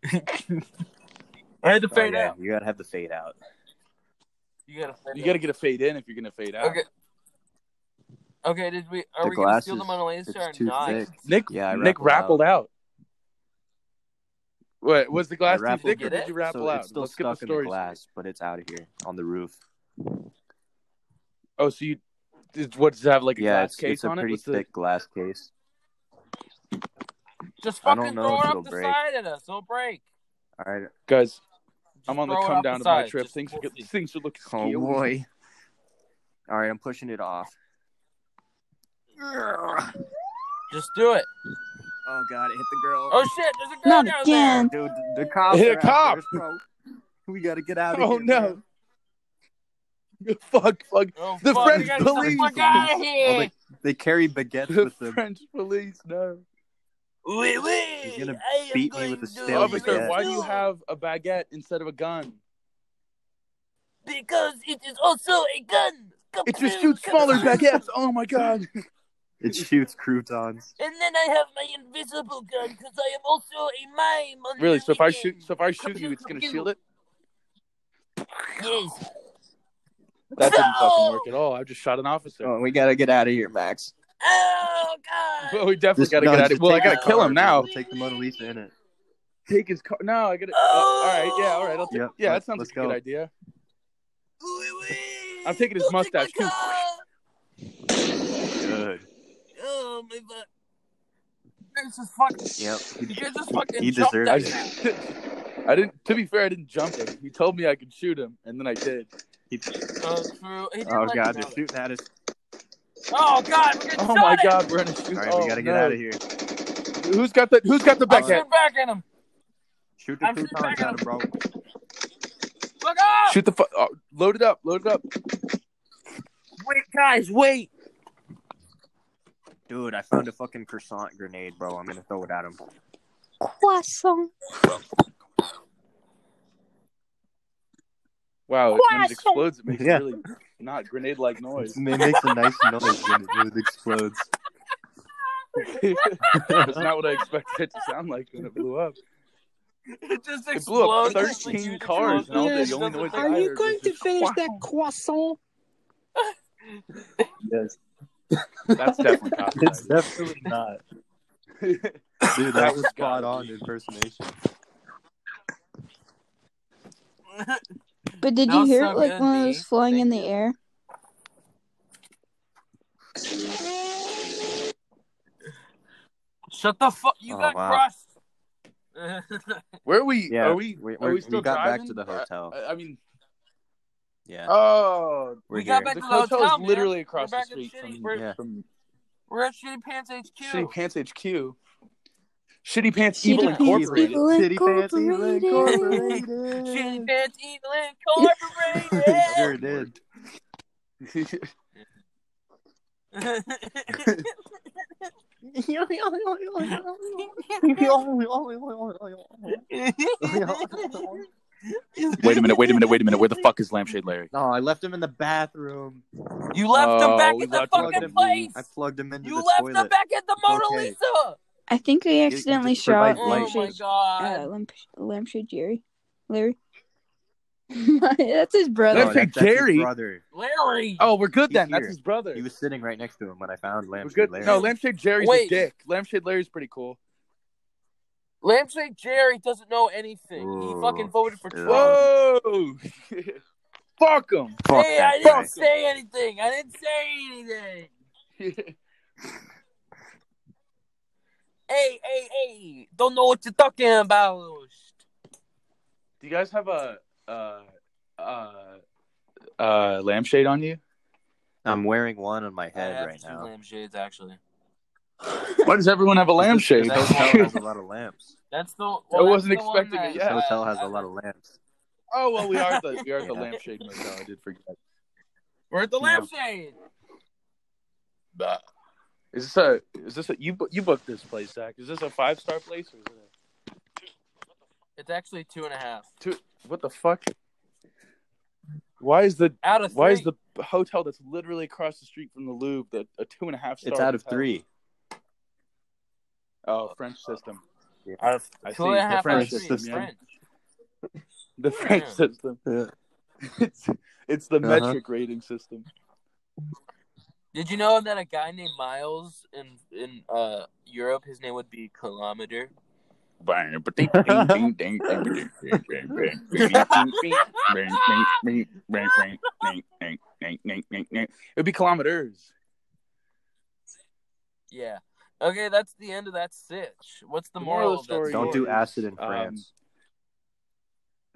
[SPEAKER 1] I had to
[SPEAKER 2] Oh,
[SPEAKER 1] fade
[SPEAKER 2] yeah,
[SPEAKER 1] out.
[SPEAKER 2] You gotta have the fade out.
[SPEAKER 1] You gotta fade
[SPEAKER 3] You
[SPEAKER 1] out.
[SPEAKER 3] got to get a fade in if you're gonna fade out.
[SPEAKER 1] Okay. Okay, did we are
[SPEAKER 2] The
[SPEAKER 1] we gonna steal the
[SPEAKER 2] glasses,
[SPEAKER 1] Mona Lisa
[SPEAKER 2] It's
[SPEAKER 1] or
[SPEAKER 2] too
[SPEAKER 1] not?
[SPEAKER 2] thick.
[SPEAKER 3] Nick.
[SPEAKER 2] Yeah, I
[SPEAKER 3] Nick
[SPEAKER 2] rappelled
[SPEAKER 3] rappelled out. Wait, was the glass too
[SPEAKER 2] raffle
[SPEAKER 3] thick
[SPEAKER 1] get
[SPEAKER 3] or did
[SPEAKER 1] it?
[SPEAKER 3] you raffle
[SPEAKER 2] so
[SPEAKER 3] out?
[SPEAKER 2] it's still
[SPEAKER 3] Let's get
[SPEAKER 2] stuck in the
[SPEAKER 3] stories.
[SPEAKER 2] glass, but it's out of here on the roof.
[SPEAKER 3] Oh, so you did, what does it have like a
[SPEAKER 2] yeah,
[SPEAKER 3] glass
[SPEAKER 2] it's,
[SPEAKER 3] case
[SPEAKER 2] it's a
[SPEAKER 3] on it?
[SPEAKER 2] pretty
[SPEAKER 3] What's the-
[SPEAKER 2] thick glass case.
[SPEAKER 1] Just
[SPEAKER 2] I don't
[SPEAKER 1] fucking
[SPEAKER 2] know
[SPEAKER 1] throw
[SPEAKER 2] if
[SPEAKER 1] it
[SPEAKER 2] it'll
[SPEAKER 1] up the
[SPEAKER 2] break.
[SPEAKER 1] side at us. It'll break.
[SPEAKER 2] All right.
[SPEAKER 3] guys,
[SPEAKER 1] Just
[SPEAKER 3] I'm on the
[SPEAKER 1] throw it
[SPEAKER 3] come
[SPEAKER 1] up
[SPEAKER 3] down of my
[SPEAKER 1] side.
[SPEAKER 3] trip.
[SPEAKER 1] Just-
[SPEAKER 3] Things
[SPEAKER 1] we'll
[SPEAKER 3] are good.
[SPEAKER 1] see.
[SPEAKER 3] things are looking
[SPEAKER 2] Oh
[SPEAKER 3] scary.
[SPEAKER 2] boy. All right, I'm pushing it off. Oh
[SPEAKER 1] Just do it.
[SPEAKER 2] god, it hit the girl.
[SPEAKER 1] Oh shit! There's a girl
[SPEAKER 6] Not
[SPEAKER 1] down
[SPEAKER 6] again.
[SPEAKER 2] Dude, the cops.
[SPEAKER 3] Hit a
[SPEAKER 2] are after
[SPEAKER 3] cop.
[SPEAKER 2] us, bro. We gotta get out of
[SPEAKER 3] Oh
[SPEAKER 2] here.
[SPEAKER 3] no. fuck, fuck.
[SPEAKER 1] there. Oh,
[SPEAKER 3] The
[SPEAKER 1] fuck,
[SPEAKER 3] French
[SPEAKER 1] we gotta get
[SPEAKER 3] police.
[SPEAKER 1] the fuck out of
[SPEAKER 2] bro. Oh,
[SPEAKER 1] here.
[SPEAKER 2] they, they carry baguettes
[SPEAKER 3] The
[SPEAKER 2] with them.
[SPEAKER 3] French police, no.
[SPEAKER 1] Wait, wait.
[SPEAKER 2] He's gonna
[SPEAKER 1] I am
[SPEAKER 2] beat me
[SPEAKER 1] going
[SPEAKER 2] with a
[SPEAKER 1] to
[SPEAKER 2] stale They always
[SPEAKER 3] Officer,
[SPEAKER 2] do.
[SPEAKER 3] why do you have a baguette instead of a gun?
[SPEAKER 1] Because it is also a gun. Come
[SPEAKER 3] It just
[SPEAKER 1] through,
[SPEAKER 3] shoots
[SPEAKER 1] come
[SPEAKER 3] smaller
[SPEAKER 1] through.
[SPEAKER 3] baguettes. Oh my god.
[SPEAKER 2] It shoots croutons.
[SPEAKER 1] And then I have my invisible gun because I am also a mime. On
[SPEAKER 3] Really?
[SPEAKER 1] the
[SPEAKER 3] So if I
[SPEAKER 1] weekend.
[SPEAKER 3] shoot, so if I shoot you, it's gonna shield it.
[SPEAKER 1] Yes.
[SPEAKER 3] That didn't fucking
[SPEAKER 1] No!
[SPEAKER 3] work at all. I just shot an officer.
[SPEAKER 2] Oh, we gotta get out of here, Max.
[SPEAKER 1] Oh God.
[SPEAKER 3] But we definitely
[SPEAKER 2] Just-
[SPEAKER 3] gotta
[SPEAKER 2] no,
[SPEAKER 3] get out. of
[SPEAKER 2] just
[SPEAKER 3] here. Well, I
[SPEAKER 2] take
[SPEAKER 3] gotta
[SPEAKER 2] the
[SPEAKER 3] kill
[SPEAKER 2] car,
[SPEAKER 3] him
[SPEAKER 2] bro.
[SPEAKER 3] now.
[SPEAKER 2] We'll take the Mona Lisa in it.
[SPEAKER 3] Take his car. No, I gotta. uh, all right, yeah, all right. I'll take,
[SPEAKER 2] Yep,
[SPEAKER 3] yeah,
[SPEAKER 2] let-
[SPEAKER 3] that sounds
[SPEAKER 2] let's
[SPEAKER 3] like a
[SPEAKER 2] go.
[SPEAKER 3] good idea.
[SPEAKER 1] Wait, wait.
[SPEAKER 3] I'm taking his
[SPEAKER 1] Don't take my
[SPEAKER 3] mustache, too.
[SPEAKER 1] car.
[SPEAKER 2] Good.
[SPEAKER 1] Oh my butt. You guys just fucking.
[SPEAKER 2] Yep.
[SPEAKER 1] You guys just fucking.
[SPEAKER 2] He
[SPEAKER 1] jumped
[SPEAKER 2] deserved
[SPEAKER 3] I,
[SPEAKER 1] us.
[SPEAKER 2] it.
[SPEAKER 3] I didn't. To be fair, I didn't jump him. He told me I could shoot him, and then I did.
[SPEAKER 1] Oh, true. He did
[SPEAKER 2] Oh
[SPEAKER 1] let
[SPEAKER 2] god,
[SPEAKER 1] you
[SPEAKER 2] they're
[SPEAKER 1] know that.
[SPEAKER 2] shooting at us.
[SPEAKER 1] Oh God. We're getting
[SPEAKER 3] Oh
[SPEAKER 1] shot
[SPEAKER 3] my
[SPEAKER 1] at.
[SPEAKER 3] god, we're in a shoot.
[SPEAKER 2] All right,
[SPEAKER 3] oh,
[SPEAKER 2] we gotta get
[SPEAKER 3] no.
[SPEAKER 2] out of here.
[SPEAKER 3] Who's got the Who's got the
[SPEAKER 1] I'm
[SPEAKER 3] baguette?
[SPEAKER 1] shooting back at him.
[SPEAKER 2] Shoot the
[SPEAKER 1] I'm shooting
[SPEAKER 2] croutons
[SPEAKER 1] back
[SPEAKER 2] at him, bro.
[SPEAKER 1] Look out!
[SPEAKER 3] Shoot the fu- oh, load it up, load it up.
[SPEAKER 1] Wait, guys, wait.
[SPEAKER 2] Dude, I found a fucking croissant grenade, bro. I'm gonna throw it at him.
[SPEAKER 6] Croissant.
[SPEAKER 3] Wow, it, when it
[SPEAKER 6] Question.
[SPEAKER 3] explodes, it makes
[SPEAKER 2] Yeah.
[SPEAKER 3] really not grenade-like noise.
[SPEAKER 2] It makes a nice noise when it- when it explodes.
[SPEAKER 3] That's not what I expected it to sound like when it blew up.
[SPEAKER 1] It just
[SPEAKER 3] It blew up
[SPEAKER 1] explodes. It's like
[SPEAKER 3] 13
[SPEAKER 1] huge
[SPEAKER 3] cars, and all the, the only
[SPEAKER 1] explosion.
[SPEAKER 3] noise that I heard was just,
[SPEAKER 6] croissant?
[SPEAKER 3] Yes. That's definitely
[SPEAKER 2] It's
[SPEAKER 3] copyrighted.
[SPEAKER 2] definitely not. Dude,
[SPEAKER 3] That
[SPEAKER 2] that was
[SPEAKER 3] was
[SPEAKER 2] spot
[SPEAKER 3] gotta
[SPEAKER 2] on
[SPEAKER 3] be.
[SPEAKER 2] impersonation.
[SPEAKER 6] But did
[SPEAKER 1] That
[SPEAKER 6] you
[SPEAKER 1] was
[SPEAKER 6] hear
[SPEAKER 1] so
[SPEAKER 6] it like
[SPEAKER 1] good,
[SPEAKER 6] one of
[SPEAKER 1] B.
[SPEAKER 6] those flying
[SPEAKER 1] Thank
[SPEAKER 6] in the
[SPEAKER 1] you.
[SPEAKER 6] air?
[SPEAKER 1] Shut the fuck! You
[SPEAKER 2] Oh,
[SPEAKER 1] got
[SPEAKER 2] wow.
[SPEAKER 1] crushed.
[SPEAKER 3] Where are we?
[SPEAKER 2] Yeah,
[SPEAKER 3] are we?
[SPEAKER 2] we-
[SPEAKER 3] are
[SPEAKER 2] we-
[SPEAKER 3] we still
[SPEAKER 2] we got back
[SPEAKER 3] driving?
[SPEAKER 2] to the hotel.
[SPEAKER 3] I, I mean,
[SPEAKER 2] Yeah.
[SPEAKER 3] oh,
[SPEAKER 2] we're
[SPEAKER 1] we got
[SPEAKER 2] here.
[SPEAKER 1] back-
[SPEAKER 3] the
[SPEAKER 1] to the
[SPEAKER 3] hotel
[SPEAKER 1] hotel,
[SPEAKER 3] is
[SPEAKER 1] man.
[SPEAKER 3] literally across
[SPEAKER 1] We're
[SPEAKER 3] the
[SPEAKER 1] back in
[SPEAKER 3] street
[SPEAKER 1] Shitty-
[SPEAKER 3] from,
[SPEAKER 1] we're-
[SPEAKER 2] Yeah.
[SPEAKER 3] from
[SPEAKER 1] We're at Shitty Pants HQ.
[SPEAKER 3] Shitty Pants HQ. Shitty Pants
[SPEAKER 6] Shitty
[SPEAKER 3] Evil
[SPEAKER 6] Pants
[SPEAKER 3] Incorporated.
[SPEAKER 6] Evil
[SPEAKER 2] Shitty Pants
[SPEAKER 1] Shitty
[SPEAKER 6] Incorporated.
[SPEAKER 2] Incorporated.
[SPEAKER 1] Pants Evil Incorporated.
[SPEAKER 2] sure did.
[SPEAKER 3] Wait a minute, wait a minute, wait a minute. Where the fuck is Lampshade Larry?
[SPEAKER 2] No, I left him in the bathroom.
[SPEAKER 1] You left them
[SPEAKER 3] Oh,
[SPEAKER 1] back
[SPEAKER 3] we
[SPEAKER 1] in the
[SPEAKER 3] left them
[SPEAKER 2] Plugged
[SPEAKER 1] fucking
[SPEAKER 2] him-
[SPEAKER 1] place.
[SPEAKER 2] I plugged him into
[SPEAKER 1] You
[SPEAKER 2] the
[SPEAKER 1] left
[SPEAKER 2] toilet.
[SPEAKER 1] them back at the
[SPEAKER 2] It's
[SPEAKER 1] Mona
[SPEAKER 2] okay.
[SPEAKER 1] Lisa.
[SPEAKER 6] I think we
[SPEAKER 2] just
[SPEAKER 6] accidentally
[SPEAKER 2] provide light.
[SPEAKER 6] shot
[SPEAKER 1] Oh my
[SPEAKER 6] lampshade,
[SPEAKER 1] god.
[SPEAKER 6] uh, lamp, lampshade Jerry, Larry. That's his brother.
[SPEAKER 2] No,
[SPEAKER 3] Lampshade
[SPEAKER 2] that's- that's his
[SPEAKER 3] Jerry?
[SPEAKER 2] brother.
[SPEAKER 1] Larry.
[SPEAKER 3] Oh, we're good
[SPEAKER 2] He's
[SPEAKER 3] then.
[SPEAKER 2] here.
[SPEAKER 3] That's his brother.
[SPEAKER 2] He was sitting right next to him when I found
[SPEAKER 3] we're
[SPEAKER 2] Lampshade
[SPEAKER 3] good.
[SPEAKER 2] Larry.
[SPEAKER 3] No, Lampshade Jerry's
[SPEAKER 1] Wait.
[SPEAKER 3] a dick. Lampshade Larry's pretty cool.
[SPEAKER 1] Lampshade Jerry doesn't know anything. He fucking voted for
[SPEAKER 2] Ooh.
[SPEAKER 1] Trump.
[SPEAKER 3] Whoa! fuck him.
[SPEAKER 2] Fuck
[SPEAKER 1] hey,
[SPEAKER 2] that
[SPEAKER 1] I
[SPEAKER 2] guy.
[SPEAKER 1] didn't say anything. I didn't say anything. Hey, hey, hey! Don't know what you're talking about.
[SPEAKER 3] Do you guys have a uh uh uh lampshade on you?
[SPEAKER 2] I'm wearing one on my head right
[SPEAKER 1] two
[SPEAKER 2] now.
[SPEAKER 1] lampshades, actually.
[SPEAKER 3] Why does everyone have a lampshade?
[SPEAKER 2] This hotel has a lot of lamps.
[SPEAKER 1] That's the. Well,
[SPEAKER 3] I wasn't
[SPEAKER 1] that's the one
[SPEAKER 3] expecting
[SPEAKER 1] that-
[SPEAKER 3] it,
[SPEAKER 2] This
[SPEAKER 3] yeah.
[SPEAKER 2] hotel has a lot of lamps.
[SPEAKER 3] oh well, we are at the we are at the
[SPEAKER 2] Yeah.
[SPEAKER 3] lampshade motel. I did forget.
[SPEAKER 1] We're at the
[SPEAKER 3] Yeah.
[SPEAKER 1] lampshade.
[SPEAKER 3] Bah. Is this a is this a you bu- you booked this place, Zach? Is this a five star place or is it a
[SPEAKER 1] It's actually two and a half
[SPEAKER 3] two? What the fuck? Why is the
[SPEAKER 1] out of.
[SPEAKER 3] why is
[SPEAKER 1] three.
[SPEAKER 3] the hotel that's literally across the street from the Louvre the, a two and a half star?
[SPEAKER 2] It's out of
[SPEAKER 3] hotel?
[SPEAKER 2] three.
[SPEAKER 3] Oh, French system.
[SPEAKER 2] Yeah.
[SPEAKER 3] I
[SPEAKER 1] two and a half
[SPEAKER 3] The
[SPEAKER 1] out
[SPEAKER 3] French
[SPEAKER 2] French
[SPEAKER 1] of three?
[SPEAKER 3] system.
[SPEAKER 1] It's
[SPEAKER 3] yeah.
[SPEAKER 1] French.
[SPEAKER 3] The French
[SPEAKER 1] Yeah.
[SPEAKER 3] system. It's it's the
[SPEAKER 2] Uh-huh.
[SPEAKER 3] metric rating system.
[SPEAKER 1] Did you know that a guy named Miles in in uh Europe, his name would be Kilometer?
[SPEAKER 5] bang, ba- ding, ding, ding, ding, ding, ding, ding, ding, ding, ding, ding, ding, ding, ding, ding, ding, ding, ding, ding, ding, ding, ding. It'd be kilometers.
[SPEAKER 1] Yeah. Okay, that's the end of that sitch. What's the
[SPEAKER 3] The
[SPEAKER 1] moral, of that
[SPEAKER 3] story
[SPEAKER 2] Don't
[SPEAKER 1] story?
[SPEAKER 2] do
[SPEAKER 3] is,
[SPEAKER 2] acid in
[SPEAKER 3] um,
[SPEAKER 2] France.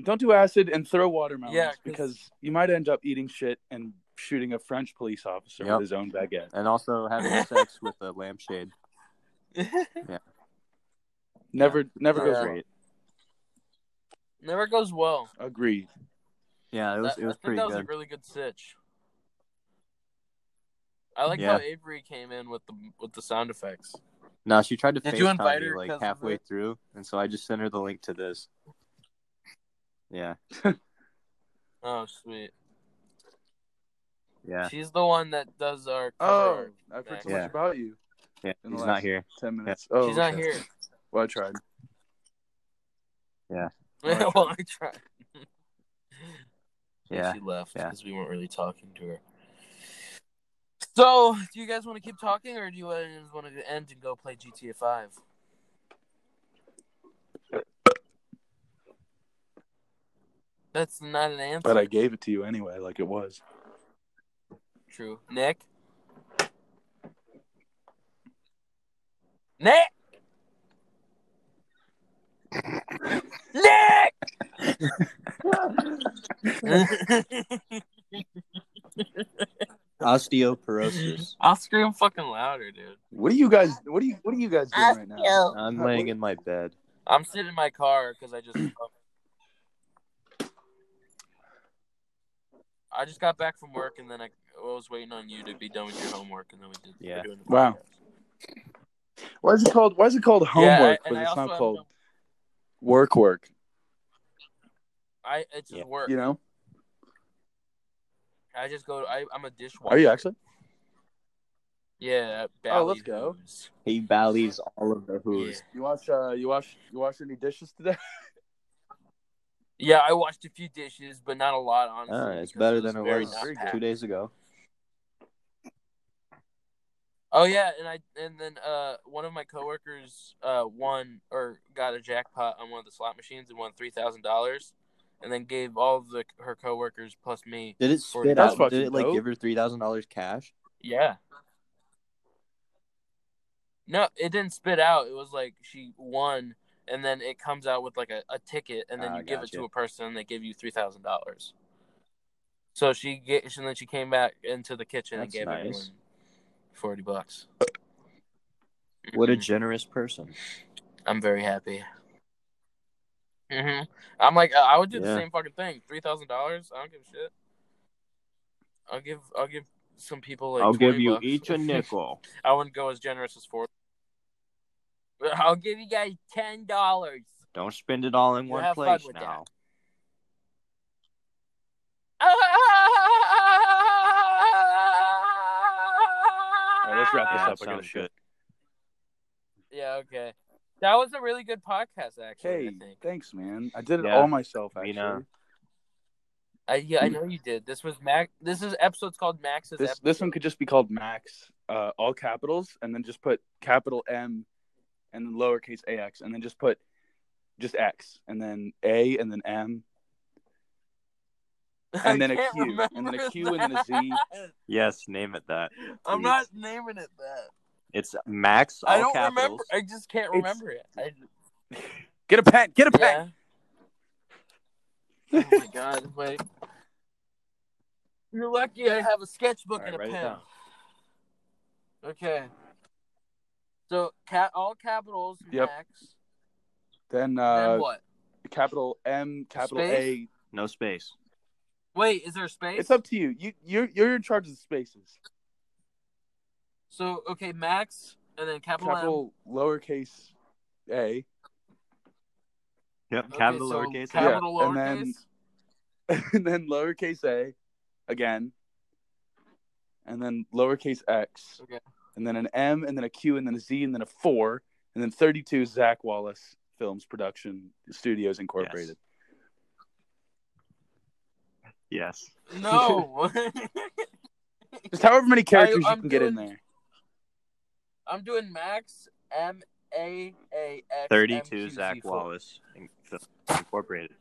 [SPEAKER 3] Don't do acid and throw watermelons
[SPEAKER 1] Yeah, 'cause-
[SPEAKER 3] because you might end up eating shit and shooting a French police officer
[SPEAKER 2] Yep.
[SPEAKER 3] with his own baguette.
[SPEAKER 2] and also having sex with a lampshade.
[SPEAKER 3] Never, never
[SPEAKER 1] Yeah.
[SPEAKER 3] goes wrong.
[SPEAKER 2] Great.
[SPEAKER 1] Never goes well.
[SPEAKER 3] Agreed.
[SPEAKER 2] Yeah, it was
[SPEAKER 1] That-
[SPEAKER 2] it was
[SPEAKER 1] I think
[SPEAKER 2] pretty
[SPEAKER 1] that was
[SPEAKER 2] good.
[SPEAKER 1] a really good sitch. I like
[SPEAKER 2] Yeah.
[SPEAKER 1] how Avery came in with the with the sound effects.
[SPEAKER 2] No, she tried to
[SPEAKER 1] Did you invite
[SPEAKER 2] FaceTime me
[SPEAKER 1] her 'cause
[SPEAKER 2] like
[SPEAKER 1] of
[SPEAKER 2] halfway
[SPEAKER 1] it?
[SPEAKER 2] through, and so I just sent her the link to this. Yeah,
[SPEAKER 1] Oh, sweet.
[SPEAKER 2] yeah,
[SPEAKER 1] She's the one that does our.
[SPEAKER 3] Oh,
[SPEAKER 1] cover.
[SPEAKER 3] I've heard so
[SPEAKER 2] Yeah.
[SPEAKER 3] much about you.
[SPEAKER 2] yeah.
[SPEAKER 3] In the
[SPEAKER 2] He's
[SPEAKER 3] last
[SPEAKER 2] not here.
[SPEAKER 3] Ten minutes. Oh,
[SPEAKER 1] she's not
[SPEAKER 3] okay.
[SPEAKER 1] here.
[SPEAKER 3] Well, I tried.
[SPEAKER 1] Yeah, well, I tried.
[SPEAKER 2] Yeah.
[SPEAKER 1] She left
[SPEAKER 2] yeah.
[SPEAKER 1] because we weren't really talking to her. So, do you guys want to keep talking, or do you guys want to end and go play GTA Five? That's not an answer.
[SPEAKER 3] But I gave it to you anyway, like it was.
[SPEAKER 1] True. Nick. Nick. Nick.
[SPEAKER 2] Osteoporosis.
[SPEAKER 1] I'll scream fucking louder, dude.
[SPEAKER 3] What are you guys? What are you? What are you guys doing right now?
[SPEAKER 2] I'm laying in my bed.
[SPEAKER 1] I'm sitting in my car because I just. I just got back from work and then I, I was waiting on you to be done with your homework and then we did.
[SPEAKER 2] Yeah.
[SPEAKER 1] we're doing the
[SPEAKER 3] Wow.
[SPEAKER 1] podcast.
[SPEAKER 3] Why is it called? Why is it called
[SPEAKER 1] I-
[SPEAKER 3] homework? but
[SPEAKER 1] and I
[SPEAKER 3] it's
[SPEAKER 1] also
[SPEAKER 3] not
[SPEAKER 1] have
[SPEAKER 3] called
[SPEAKER 1] no-
[SPEAKER 3] work. Work.
[SPEAKER 1] I it's just
[SPEAKER 2] Yeah.
[SPEAKER 1] work.
[SPEAKER 3] You know?
[SPEAKER 1] I just go. I, I'm a dishwasher.
[SPEAKER 3] Are you actually?
[SPEAKER 1] Yeah.
[SPEAKER 3] Oh,
[SPEAKER 1] Bally's.
[SPEAKER 3] let's go.
[SPEAKER 2] He ballies all of the hooers.
[SPEAKER 1] Yeah.
[SPEAKER 3] You wash? Uh, you wash? You wash any dishes today?
[SPEAKER 1] Yeah, I washed a few dishes, but not a lot, honestly.
[SPEAKER 2] Ah, it's
[SPEAKER 1] because
[SPEAKER 2] better
[SPEAKER 1] was
[SPEAKER 2] than it
[SPEAKER 1] very
[SPEAKER 2] was
[SPEAKER 1] not
[SPEAKER 3] very
[SPEAKER 1] packed.
[SPEAKER 2] two days ago.
[SPEAKER 1] Oh yeah, and I and then uh one of my coworkers uh won or got a jackpot on one of the slot machines and won three thousand dollars, and then gave all of the her coworkers plus me.
[SPEAKER 2] Did it spit out?
[SPEAKER 1] That's
[SPEAKER 2] Did
[SPEAKER 3] fucking
[SPEAKER 2] it like
[SPEAKER 3] dope.
[SPEAKER 2] give her three thousand dollars cash?
[SPEAKER 1] Yeah. No, it didn't spit out. It was like she won, and then it comes out with like a, a ticket, and then
[SPEAKER 2] Ah,
[SPEAKER 1] you give it
[SPEAKER 2] gotcha.
[SPEAKER 1] to a person, and they give you three thousand dollars. So she get, and then she came back into the kitchen and
[SPEAKER 2] That's
[SPEAKER 1] gave
[SPEAKER 2] nice.
[SPEAKER 1] everyone forty bucks.
[SPEAKER 2] What a
[SPEAKER 1] Mhm.
[SPEAKER 2] generous person.
[SPEAKER 1] I'm very happy. hmm
[SPEAKER 3] Mm-hmm.
[SPEAKER 1] I'm like, I I would do the
[SPEAKER 2] Yeah.
[SPEAKER 1] same fucking thing. Three thousand dollars. I don't give a shit. I'll give, I'll give some people like. 20 bucks.
[SPEAKER 2] nickel.
[SPEAKER 1] I wouldn't go as generous as four. But I'll give you guys ten dollars.
[SPEAKER 2] Don't spend it all in
[SPEAKER 1] You
[SPEAKER 2] one
[SPEAKER 1] have fun
[SPEAKER 2] place
[SPEAKER 1] with
[SPEAKER 2] now.
[SPEAKER 3] All right, let's wrap this
[SPEAKER 2] Yeah,
[SPEAKER 3] up. I got
[SPEAKER 2] sounds
[SPEAKER 3] shit.
[SPEAKER 2] good.
[SPEAKER 1] Yeah. Okay. That was a really good podcast, actually.
[SPEAKER 3] Hey,
[SPEAKER 1] I think.
[SPEAKER 3] thanks, man. I did it
[SPEAKER 2] Yeah.
[SPEAKER 3] all myself.
[SPEAKER 2] We
[SPEAKER 3] Actually,
[SPEAKER 2] know.
[SPEAKER 1] I, yeah, I know you did. This was Max. This is episode's called Max's.
[SPEAKER 3] Mm. this
[SPEAKER 1] episode.
[SPEAKER 3] this one could just be called Max, uh, all capitals, and then just put capital M, and then lowercase ax, and then just put just X, and then A, and then M, and then a
[SPEAKER 1] can't
[SPEAKER 3] Q, and then a
[SPEAKER 1] remember
[SPEAKER 3] Q, and then a Z.
[SPEAKER 1] that.
[SPEAKER 2] Yes, name it that.
[SPEAKER 1] I'm
[SPEAKER 2] please.
[SPEAKER 1] not naming it that.
[SPEAKER 2] It's Max. All
[SPEAKER 1] I don't
[SPEAKER 2] capitals.
[SPEAKER 1] remember. I just can't
[SPEAKER 3] It's-
[SPEAKER 1] remember it. I,
[SPEAKER 3] Get a pen. Get a pen.
[SPEAKER 1] yeah. oh my god! Wait. You're lucky I have a sketchbook
[SPEAKER 2] All right,
[SPEAKER 1] and a
[SPEAKER 2] write it
[SPEAKER 1] pen.
[SPEAKER 2] down.
[SPEAKER 1] Okay. So cat all capitals.
[SPEAKER 3] Yep.
[SPEAKER 1] Max.
[SPEAKER 3] Then
[SPEAKER 1] Then
[SPEAKER 3] uh,
[SPEAKER 1] what?
[SPEAKER 3] capital M, capital
[SPEAKER 1] Space?
[SPEAKER 3] A.
[SPEAKER 2] No space.
[SPEAKER 1] Wait, is there a space?
[SPEAKER 3] It's up to you. You you're you're in charge of the spaces.
[SPEAKER 1] so okay, Max, and then capital,
[SPEAKER 3] Capital lowercase A,
[SPEAKER 2] Yep.
[SPEAKER 1] M. Okay,
[SPEAKER 2] capital
[SPEAKER 1] so
[SPEAKER 2] lowercase.
[SPEAKER 3] cap-
[SPEAKER 1] Capital
[SPEAKER 3] Yeah,
[SPEAKER 1] lowercase.
[SPEAKER 3] and then- and then lowercase A, again, and then lowercase X,
[SPEAKER 1] Okay.
[SPEAKER 3] and then an M, and then a Q, and then a Z, and then a four, and then thirty-two Zach Wallace Films Production Studios Incorporated.
[SPEAKER 2] yes.
[SPEAKER 1] No.
[SPEAKER 3] Just however many characters
[SPEAKER 1] I-
[SPEAKER 3] you
[SPEAKER 1] I'm
[SPEAKER 3] can get in
[SPEAKER 1] doing-
[SPEAKER 3] there.
[SPEAKER 1] I'm doing Max M A A X.
[SPEAKER 2] 32
[SPEAKER 1] MQC4.
[SPEAKER 2] Zach Wallace Inc- Incorporated.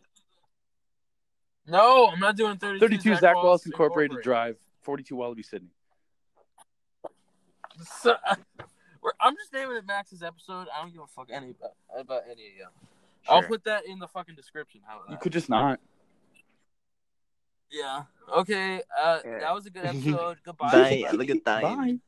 [SPEAKER 1] No, I'm not doing 32.
[SPEAKER 3] 32 Zach Wallace Incorporated Drive, 42 Wallaby, Sydney.
[SPEAKER 1] So, we're, I'm just naming it Max's episode. I don't give a fuck any about, about any of you. I'll
[SPEAKER 2] Sure.
[SPEAKER 1] put that in the fucking description. How about
[SPEAKER 3] You
[SPEAKER 1] that?
[SPEAKER 3] could just not.
[SPEAKER 1] Yeah. uh, Okay. Uh,
[SPEAKER 2] Yeah.
[SPEAKER 1] that was a good episode. Goodbye.
[SPEAKER 2] Look at that.
[SPEAKER 3] Bye.